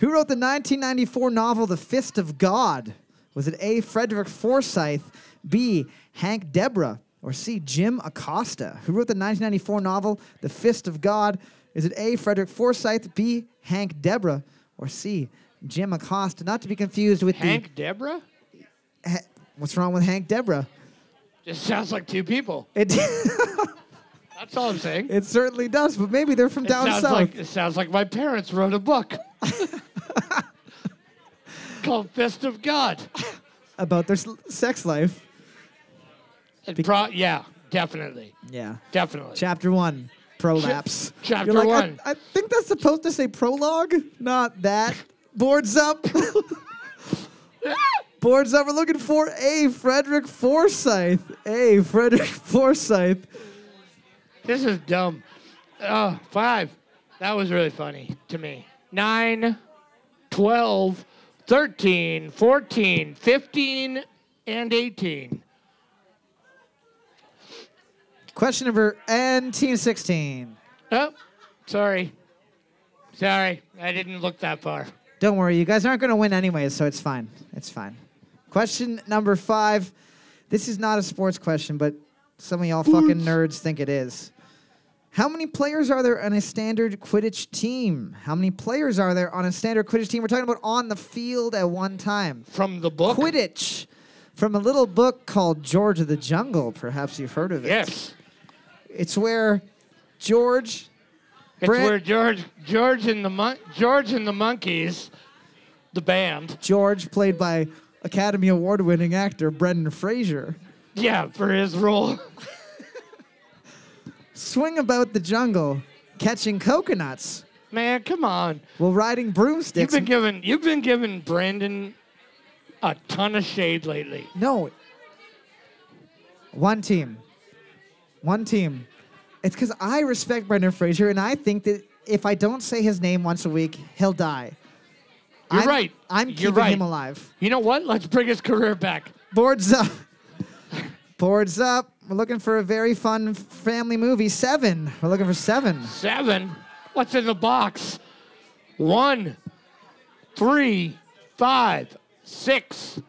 S1: Who wrote the 1994 novel The Fist of God? Was it A. Frederick Forsyth, B. Hank Deborah, or C. Jim Acosta? Who wrote the 1994 novel The Fist of God? Is it A. Frederick Forsyth, B. Hank Deborah, or C. Jim Acosta? Not to be confused with
S2: Hank Deborah?
S1: the. Ha- what's wrong with Hank Deborah?
S2: Just sounds like two people.
S1: It
S2: That's all I'm saying.
S1: [laughs] It certainly does, but maybe they're from
S2: It
S1: down
S2: sounds
S1: south.
S2: like it sounds like my parents wrote a
S1: [laughs]
S2: book [laughs] called Fist of
S1: [laughs]
S2: God.
S1: about their s- sex life.
S2: And pro- yeah, definitely,
S1: Yeah.
S2: definitely.
S1: Chapter one, prolapse.
S2: chapter
S1: You're like, I-
S2: one.
S1: I, think that's supposed to say prologue, not that. Boards up. [laughs] Boards up. We're looking for a Frederick Forsyth. A Frederick [laughs] Forsyth.
S2: This is dumb. Uh, five. That was really funny to me. Nine, 12, 13, 14, 15, and 18.
S1: Question number and team sixteen.
S2: Oh, sorry. Sorry, I didn't look that far.
S1: Don't worry, you guys aren't going to win anyways, so it's fine. It's fine. Question number five. This is not a sports question, but some of y'all fucking nerds think it is. How many players are there on a standard Quidditch team? How many players are there on a standard Quidditch team? We're talking about on the field at one time.
S2: From the book?
S1: Quidditch from a little book called George of the Jungle. Perhaps you've heard of it.
S2: Yes.
S1: It's where George
S2: It's
S1: Brent-
S2: where George, George and the Mon- George and the Monkeys, the band.
S1: George played by Academy Award winning actor Brendan Fraser.
S2: Yeah, for his role. [laughs]
S1: swing about the jungle, catching coconuts
S2: Man, come on.
S1: while riding
S2: You've
S1: broomsticks.
S2: been giving you've been giving Brandon a ton of shade lately.
S1: no. One team. One team. It's because I respect Brendan Fraser, and I think that if I don't say his name once a week, he'll die.
S2: You're
S1: I'm,
S2: right.
S1: I'm
S2: You're
S1: keeping
S2: right.
S1: him alive.
S2: You know what? Let's bring his career back.
S1: Boards up. Boards up. We're looking for a very fun family movie. Seven. We're looking for seven.
S2: Seven. What's in the box? One, three, five, six,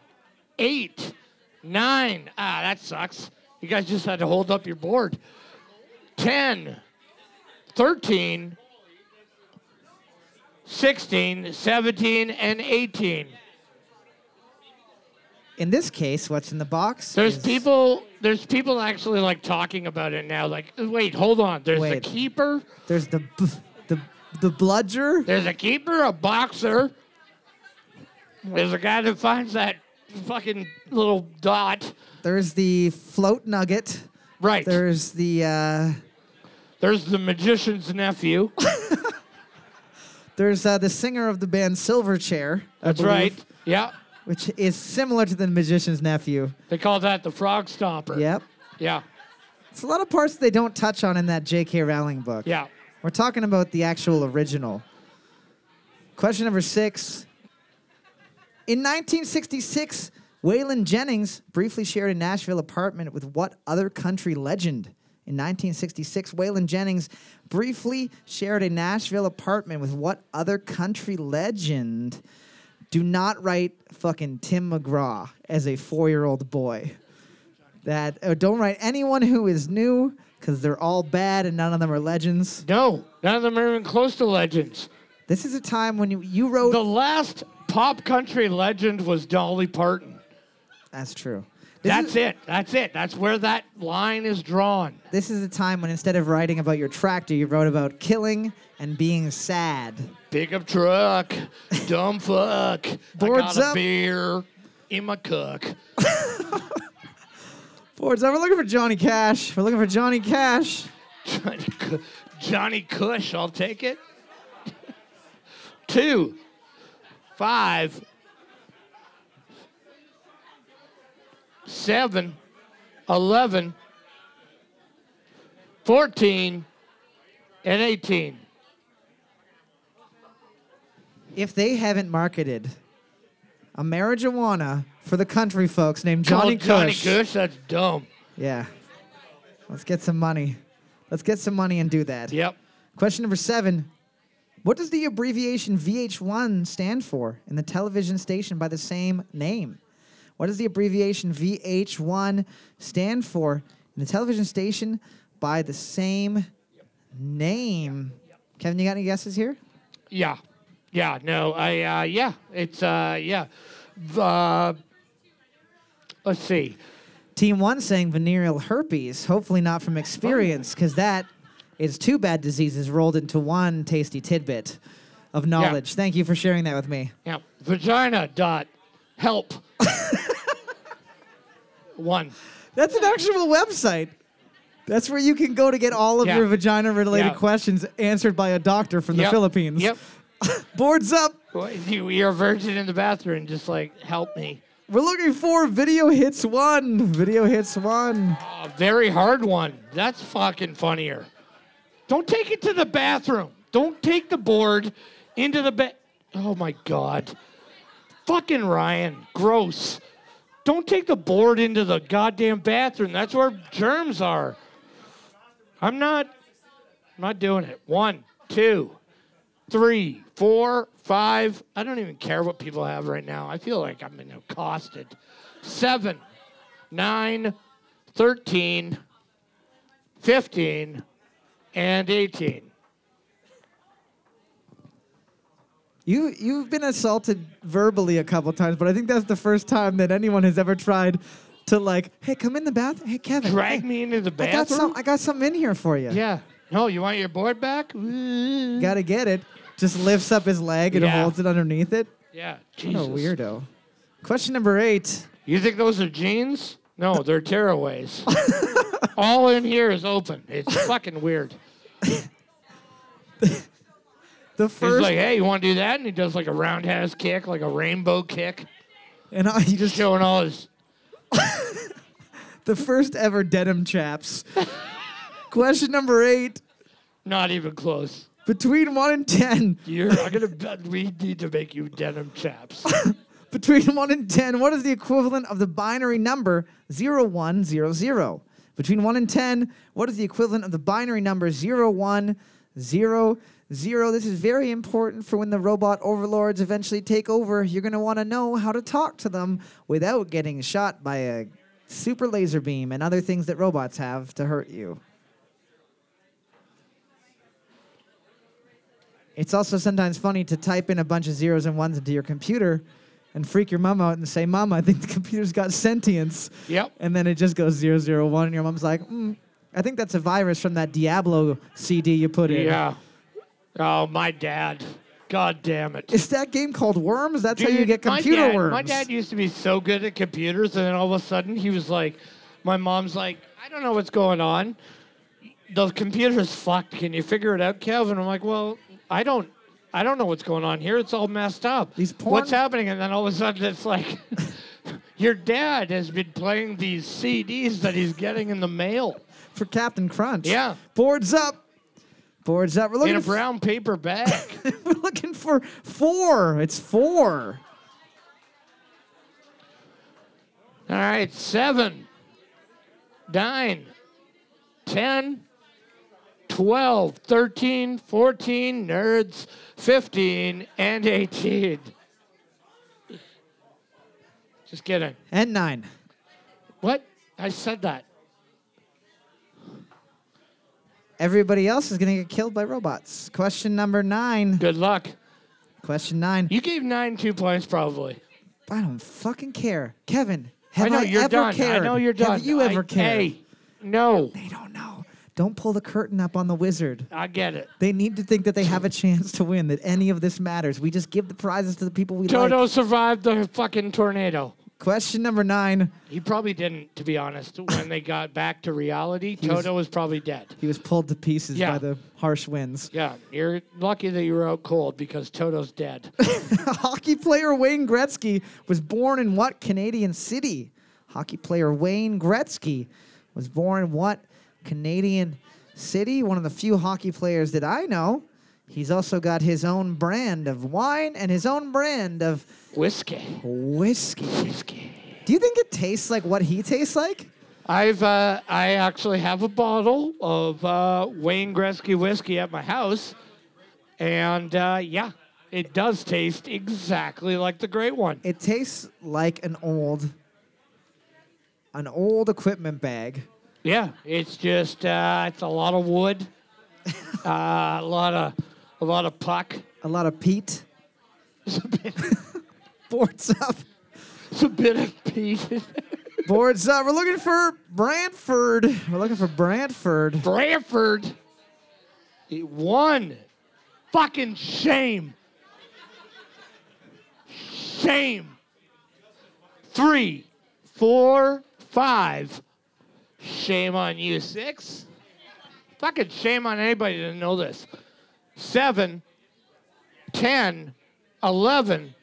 S2: eight, nine. Ah, that sucks. You guys just had to hold up your board. Ten, thirteen, sixteen, seventeen, and 18.
S1: In this case, what's in the box?
S2: There's
S1: is-
S2: people. There's people actually like talking about it now. Like, wait, hold on. There's a
S1: Wait.
S2: keeper.
S1: There's the b- the the bludger.
S2: There's a keeper, a boxer. There's a guy that finds that fucking little dot.
S1: There's the float nugget.
S2: Right.
S1: There's the uh,
S2: There's the magician's nephew.
S1: there's uh, the singer of the band Silverchair. I
S2: That's
S1: believe,
S2: right. Yeah.
S1: Which is similar to the magician's nephew.
S2: They call that the frog stomper.
S1: Yep.
S2: Yeah.
S1: It's a lot of parts they don't touch on in that J.K. Rowling book.
S2: Yeah.
S1: We're talking about the actual original. Question number six. In 1966, Waylon Jennings briefly shared a Nashville apartment with what other country legend? In 1966, Waylon Jennings briefly shared a Nashville apartment with what other country legend? Do not write fucking Tim McGraw as a four year old boy that uh, don't write anyone who is new because they're all bad and none of them are legends.
S2: No, none of them are even close to legends.
S1: This is a time when you, you wrote.
S2: The last pop country legend was Dolly Parton.
S1: That's true. This
S2: That's
S1: is,
S2: it. That's it. That's where that line is drawn.
S1: This is a time when instead of writing about your tractor, you wrote about killing and being sad.
S2: Pickup truck, dumb fuck.
S1: Boards
S2: I got a
S1: up.
S2: beer in my cook. [laughs]
S1: Boards up. We're looking for Johnny Cash. We're looking for Johnny Cash.
S2: Johnny, Cu- Johnny Cush, I'll take it. [laughs] Two, five, seven, eleven, fourteen, and 18.
S1: If they haven't marketed a marijuana for the country folks named Johnny
S2: Called Johnny
S1: Cush.
S2: Cush, that's dumb.
S1: Yeah. Let's get some money. Let's get some money and do that.
S2: Yep.
S1: Question number seven. What does the abbreviation VH1 stand for in the television station by the same name? What does the abbreviation VH1 stand for in the television station by the same name? Kevin, you got any guesses here?
S2: Yeah. Yeah. No, I, uh, yeah. It's, uh, yeah. V- Uh, let's see.
S1: Team one saying venereal herpes, hopefully not from experience, because that is two bad diseases rolled into one tasty tidbit of knowledge. Thank you for sharing that with me.
S2: Yeah. Vagina dot help. [laughs] One.
S1: That's an actual website. That's where you can go to get all of
S2: Yeah.
S1: your vagina related
S2: Yeah.
S1: questions answered by a doctor from the
S2: Yep.
S1: Philippines.
S2: Yep.
S1: Boards up.
S2: Well, you- You're a virgin in the bathroom, just like help me.
S1: We're looking for Video Hits 1. Video Hits 1.
S2: A very hard one. That's fucking funnier. Don't take it to the bathroom. Don't take the board into the bed. Oh my god. Fucking Ryan. Gross. Don't take the board into the goddamn bathroom. That's where germs are. I'm not I'm not doing it. One, two, three, four, five. I don't even care what people have right now. I feel like I'm being accosted. Seven, nine, 13, 15, and 18.
S1: You you've been assaulted verbally a couple times, but I think that's the first time that anyone has ever tried to like, hey, come in the bath. Hey, Kevin.
S2: Drag
S1: hey,
S2: me into the
S1: I got
S2: bathroom?
S1: some. I got something in here for you.
S2: yeah. No, you want your board back? Ooh.
S1: Gotta get it. Just lifts up his leg and
S2: Yeah.
S1: holds it underneath it.
S2: yeah.
S1: What
S2: Jesus.
S1: a weirdo. Question number eight.
S2: You think those are jeans? No, they're
S1: [laughs]
S2: tearaways. All in here is open. It's fucking weird.
S1: The
S2: He's
S1: first
S2: like, hey, you want to do that? And he does like a roundhouse kick, like a rainbow kick,
S1: and I, [laughs] you just
S2: showing all his.
S1: the first ever denim chaps. Question number eight.
S2: Not even close.
S1: Between one and ten,
S2: You're. I'm gonna. [laughs] bet We need to make you denim chaps.
S1: Between 1 and 10, what is the equivalent of the binary number 0100? Between 1 and 10, what is the equivalent of the binary number 0100? This is very important for when the robot overlords eventually take over. You're going to want to know how to talk to them without getting shot by a super laser beam and other things that robots have to hurt you. It's also sometimes funny to type in a bunch of zeros and ones into your computer and freak your mom out and say, Mom, I think the computer's got sentience.
S2: Yep.
S1: And then it just goes zero zero one, and your mom's like, mm, I think that's a virus from that Diablo CD you put in.
S2: Yeah. Oh, my dad. God damn it.
S1: It's that game called Worms. That's how you
S2: Dude,
S1: get computer
S2: my dad,
S1: worms.
S2: My dad used to be so good at computers, and then all of a sudden he was like, my mom's like, I don't know what's going on. The computer's fucked. Can you figure it out, Calvin? I'm like, well, I don't. I don't know what's going on here. It's all messed up.
S1: These
S2: What's
S1: porn-
S2: happening? And then all of a sudden, it's like, [laughs] your dad has been playing these CDs that he's getting in the mail
S1: For Captain Crunch.
S2: Yeah.
S1: Boards up. Boards up. We're looking,
S2: in a
S1: f-
S2: brown paper bag.
S1: [laughs] we're looking for four. It's four.
S2: All right, seven, nine, 10, 12, 13, 14, nerds, 15, and 18. Just kidding.
S1: And nine.
S2: What? I said that.
S1: Everybody else is going to get killed by robots. Question number nine.
S2: Good luck.
S1: Question nine.
S2: You gave nine two points, probably.
S1: I don't fucking care. Kevin, have
S2: I know you're
S1: ever
S2: done.
S1: cared?
S2: I know you're done.
S1: Have you ever
S2: I,
S1: cared?
S2: Hey, no.
S1: They don't know. Don't pull the curtain up on the wizard.
S2: I get it.
S1: They need to think that they have a chance to win, that any of this matters. We just give the prizes to the people we
S2: Toto
S1: like.
S2: survived the fucking tornado.
S1: Question number nine.
S2: He probably didn't, to be honest. When they got back to reality,
S1: was-
S2: Toto was probably dead.
S1: He was pulled to pieces by
S2: Yeah.
S1: the harsh winds.
S2: Yeah, you're lucky that you were out cold because Toto's dead.
S1: [laughs] Hockey player Wayne Gretzky was born in what Canadian city? Hockey player Wayne Gretzky was born in what Canadian city? One of the few hockey players that I know. He's also got his own brand of wine and his own brand of
S2: Whiskey.
S1: whiskey.
S2: Whiskey.
S1: Do you think it tastes like what he tastes like?
S2: I've uh, I actually have a bottle of uh, Wayne Gretzky whiskey at my house, and uh, yeah, it does taste exactly like the great one.
S1: It tastes like an old an old equipment bag.
S2: Yeah, it's just uh, it's a lot of wood, uh, a lot of a lot of puck. [laughs]
S1: A lot of peat. [laughs] Boards up.
S2: It's a bit of peat. [laughs] in there.
S1: Boards up. We're looking for Brantford. We're looking for Brantford.
S2: Branford. It won. Fucking shame. Shame. Three, four, five. Shame on you, six. Fucking shame on anybody that didn't know this. Seven, ten, eleven,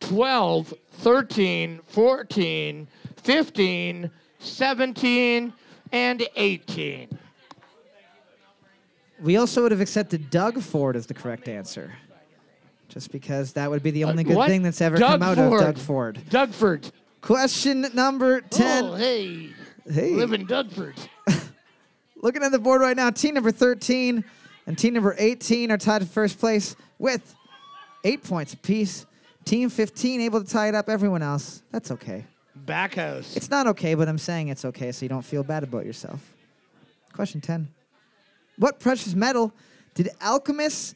S2: twelve, thirteen, fourteen, fifteen, seventeen, and 18.
S1: We also would have accepted Doug Ford as the correct answer. Just because that would be the only good
S2: Uh, what?
S1: thing that's ever
S2: Doug
S1: come out
S2: Ford.
S1: of Doug Ford.
S2: Dugford.
S1: Question number 10.
S2: Oh, hey.
S1: Hey.
S2: Live in Dugford.
S1: Looking at the board right now, team number 13 and team number 18 are tied in first place with eight points apiece. Team 15 able to tie it up. Everyone else, that's okay.
S2: Backhouse.
S1: It's not okay, but I'm saying it's okay so you don't feel bad about yourself. Question 10 What precious metal did alchemists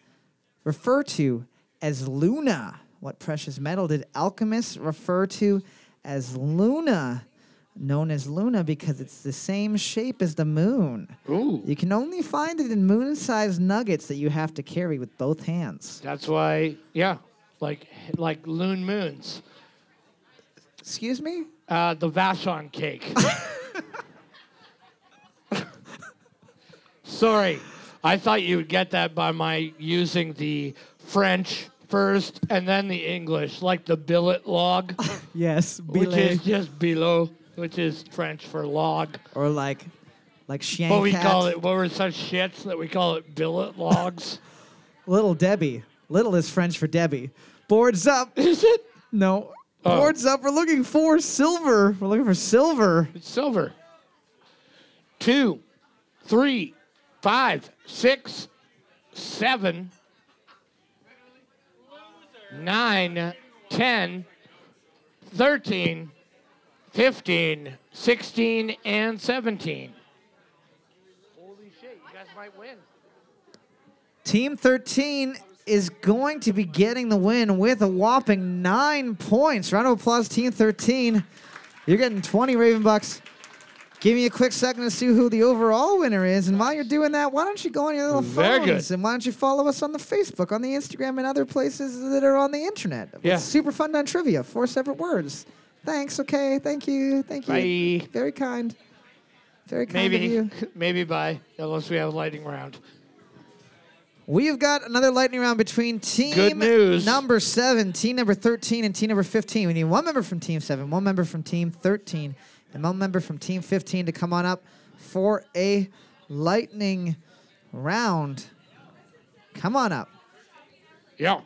S1: refer to as Luna? What precious metal did alchemists refer to as Luna? Known as Luna because it's the same shape as the moon.
S2: Ooh.
S1: You can only find it in moon sized nuggets that you have to carry with both hands.
S2: That's why, yeah, like like Loon Moons.
S1: Excuse me?
S2: Uh, the Vashon
S1: [laughs]
S2: cake. Sorry. I thought you would get that by my using the French first and then the English, like the billet log,
S1: [laughs] Yes,
S2: which is just below, which is French for log.
S1: Or like, like Shankat.
S2: What we call it, what were such shits that we call it billet logs?
S1: Little Debbie. Little is French for Debbie. Boards up. [laughs] Is it? No.
S2: Oh.
S1: Boards up. We're looking for silver. We're looking for silver.
S2: It's silver. Two, three, five, six, seven, nine, ten, thirteen, fifteen, sixteen, and seventeen. Holy shit, you guys might win.
S1: Team 13 is going to be getting the win with a whopping nine points. Round of applause, Team 13. You're getting 20 Raven Bucks. Give me a quick second to see who the overall winner is. And while you're doing that, why don't you go on your little
S2: Very good.
S1: phones and why don't you follow us on the Facebook, on the Instagram, and other places that are on the internet.
S2: Yeah.
S1: It's super fun on trivia. Four separate words. Thanks. Okay. Thank you. Thank you.
S2: Bye.
S1: Very kind. Very kind of
S2: Maybe,
S1: you.
S2: maybe by, unless we have a lightning round.
S1: We've got another lightning round between team
S2: Good news.
S1: number seven, team number 13, and team number 15. We need one member from team seven, one member from team 13, and one member from team 15 to come on up for a lightning round. Come on up.
S2: Yeah.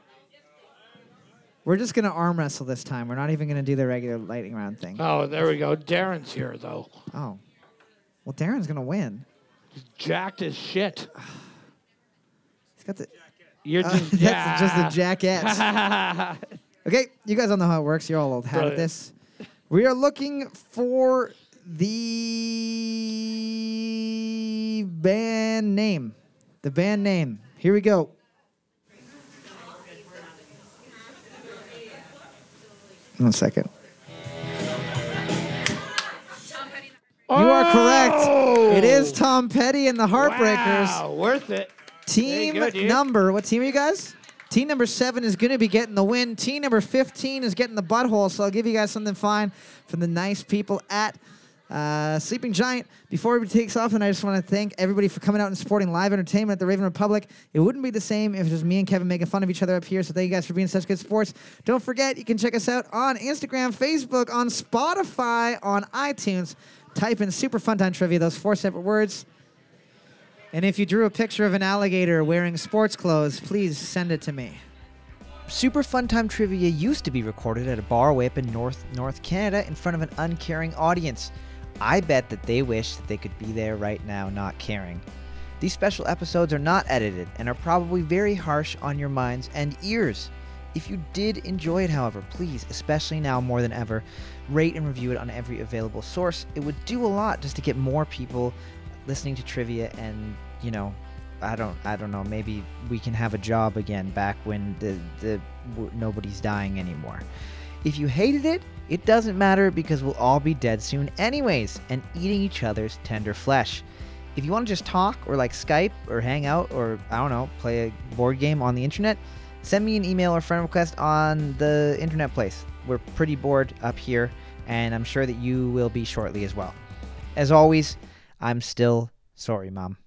S1: We're just going to arm wrestle this time. We're not even going to do the regular lightning round thing.
S2: Oh, there we go. Darren's here, though.
S1: Oh. Well, Darren's going to win.
S2: Jacked as shit.
S1: He's got the.
S2: You're
S1: Uh,
S2: just,
S1: [laughs] that's
S2: yeah.
S1: just a jackass.
S2: [laughs]
S1: Okay, you guys all know how it works. You're all old hat
S2: Brilliant.
S1: at this. We are looking for the band name. The band name. Here we go. One second. You are correct. It is Tom Petty and the Heartbreakers.
S2: Oh! Wow, worth it.
S1: Team
S2: go, dude.
S1: number, what team are you guys? Team number seven is going to be getting the win. Team number 15 is getting the butthole. So I'll give you guys something fine from the nice people at uh, Sleeping Giant. Before everybody takes off, and I just want to thank everybody for coming out and supporting live entertainment at the Raven Republic. It wouldn't be the same if it was me and Kevin making fun of each other up here. So thank you guys for being such good sports. Don't forget, you can check us out on Instagram, Facebook, on Spotify, on iTunes. Type in Super Fun Time Trivia, those four separate words. And if you drew a picture of an alligator wearing sports clothes, please send it to me.
S5: Super Fun Time Trivia used to be recorded at a bar way up in North North Canada in front of an uncaring audience. I bet that they wish that they could be there right now, not caring. These special episodes are not edited and are probably very harsh on your minds and ears. If you did enjoy it, however, please, especially now more than ever, rate and review it on every available source. It would do a lot just to get more people listening to trivia and, you know, I don't I don't know. Maybe we can have a job again back when the the w- nobody's dying anymore. If you hated it, it doesn't matter because we'll all be dead soon, anyways, and eating each other's tender flesh. If you want to just talk or like Skype or hang out or, I don't know, play a board game on the internet, send me an email or friend request on the internet place. We're pretty bored up here, and I'm sure that you will be shortly as well. As always, I'm still sorry, Mom.